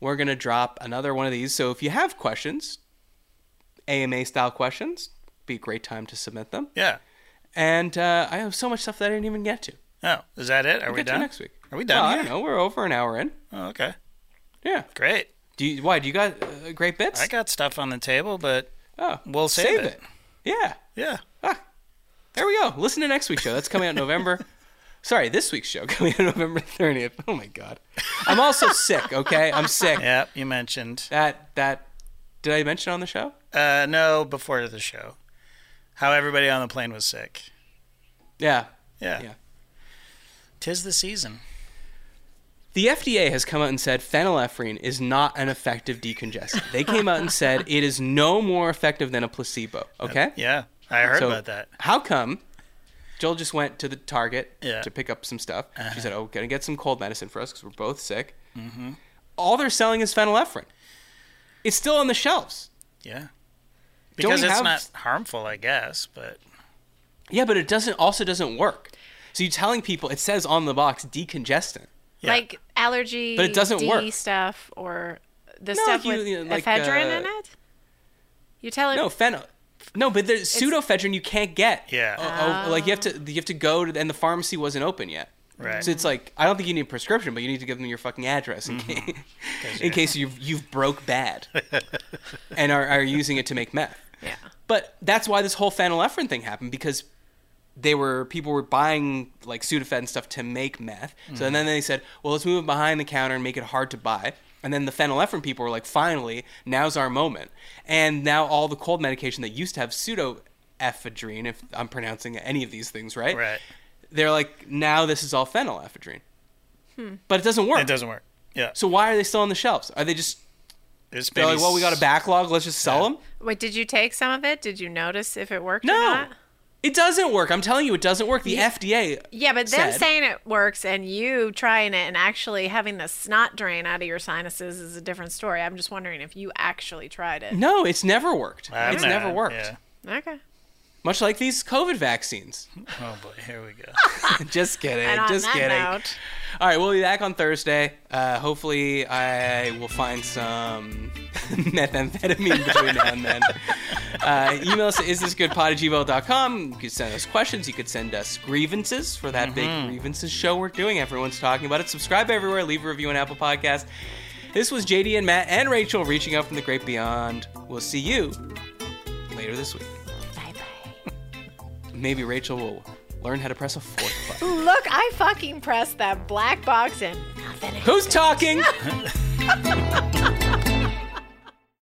Speaker 1: we're going to drop another one of these. So if you have questions, AMA style questions, be a great time to submit them.
Speaker 2: Yeah.
Speaker 1: And uh, I have so much stuff that I didn't even get to.
Speaker 2: Oh, is that it? Are we
Speaker 1: get to
Speaker 2: done?
Speaker 1: next week.
Speaker 2: Are we done
Speaker 1: Well, I
Speaker 2: here?
Speaker 1: don't know. We're over an hour in.
Speaker 2: Oh, okay.
Speaker 1: Yeah.
Speaker 2: Great.
Speaker 1: Do you, why? Do you got uh, great bits?
Speaker 2: I got stuff on the table, but
Speaker 1: oh,
Speaker 2: we'll save it.
Speaker 1: Yeah.
Speaker 2: yeah.
Speaker 1: There we go. Listen to next week's show. That's coming out November. Sorry, this week's show coming out November 30th. Oh my god. I'm also sick, okay? I'm sick.
Speaker 2: Yeah, you mentioned.
Speaker 1: That that did I mention on the show?
Speaker 2: Uh, no, before the show. How everybody on the plane was sick.
Speaker 1: Yeah.
Speaker 2: Yeah.
Speaker 1: Yeah.
Speaker 2: Tis the season.
Speaker 1: The FDA has come out and said phenylephrine is not an effective decongestant. They came out and said it is no more effective than a placebo, okay?
Speaker 2: Yeah. I heard
Speaker 1: So
Speaker 2: about that.
Speaker 1: How come? Joel just went to the Target
Speaker 2: Yeah. Uh-huh.
Speaker 1: to pick up some stuff. She said, "Oh, gonna get some cold medicine for us because we're both sick." Mm-hmm. All they're selling is phenylephrine. It's still on the shelves.
Speaker 2: Yeah.
Speaker 1: Don't
Speaker 2: Because
Speaker 1: we
Speaker 2: it's
Speaker 1: have-
Speaker 2: not harmful, I guess, but
Speaker 1: Yeah, but it doesn't. Also, doesn't work. So you're telling people it says on the box decongestant.
Speaker 2: yeah.
Speaker 3: Like allergy
Speaker 1: But it doesn't
Speaker 3: D
Speaker 1: work.
Speaker 3: stuff or the
Speaker 1: No,
Speaker 3: stuff
Speaker 1: you-
Speaker 3: with
Speaker 1: you know, like,
Speaker 3: ephedrine
Speaker 1: uh,
Speaker 3: in it? You're telling
Speaker 1: No phenyl. No, but there's pseudoephedrine you can't get.
Speaker 2: Yeah.
Speaker 1: Oh, oh, like you have to you have to go to and the pharmacy wasn't open yet.
Speaker 2: Right.
Speaker 1: So it's like I don't think you need a prescription, but you need to give them your fucking address in
Speaker 2: Mm-hmm.
Speaker 1: case in case you've you've broke bad and are, are using it to make meth.
Speaker 3: Yeah.
Speaker 1: But that's why this whole phenylephrine thing happened because they were people were buying like Sudafed and stuff to make meth. So then they said, well, let's move it behind the counter and make it hard to buy. And then the phenylephrine people were like, finally, now's our moment. And now all the cold medication that used to have pseudoephedrine, if I'm pronouncing any of these things right,
Speaker 2: Right.
Speaker 1: they're like, now this is all phenylephrine. But it doesn't work.
Speaker 2: it doesn't work. Yeah.
Speaker 1: So why are they still on the shelves? Are they just
Speaker 2: It's
Speaker 1: they're
Speaker 2: maybe
Speaker 1: like, well, we got a
Speaker 2: s-
Speaker 1: backlog, let's just sell them?
Speaker 3: Wait, did you take some of it? Did you notice if it worked
Speaker 1: No.
Speaker 3: or not?
Speaker 1: It doesn't work. I'm telling you, it doesn't work. The FDA.
Speaker 3: Yeah, but them
Speaker 1: said-
Speaker 3: saying it works and you trying it and actually having the snot drain out of your sinuses is a different story. I'm just wondering if you actually tried it.
Speaker 1: No, it's never worked.
Speaker 2: I'm
Speaker 1: it's
Speaker 2: not-
Speaker 1: never worked.
Speaker 2: yeah.
Speaker 3: Okay.
Speaker 1: Much like these COVID vaccines.
Speaker 2: Oh boy, here we go.
Speaker 1: just kidding.
Speaker 3: And on
Speaker 1: just
Speaker 3: that
Speaker 1: kidding.
Speaker 3: note-
Speaker 1: All right, we'll be back on Thursday. Uh, hopefully, I will find some methamphetamine between now and then. Uh, email us at isthisgoodpod@gmail.com. You can send us questions. You could send us grievances for that big grievances show we're doing. Everyone's talking about it. Subscribe everywhere. Leave a review on Apple Podcast. This was JD and Matt and Rachel reaching out from the great beyond. We'll see you later this week.
Speaker 3: Bye bye.
Speaker 1: Maybe Rachel will learn how to press a fourth button.
Speaker 3: Look, I fucking pressed that black box and nothing.
Speaker 1: Who's talking?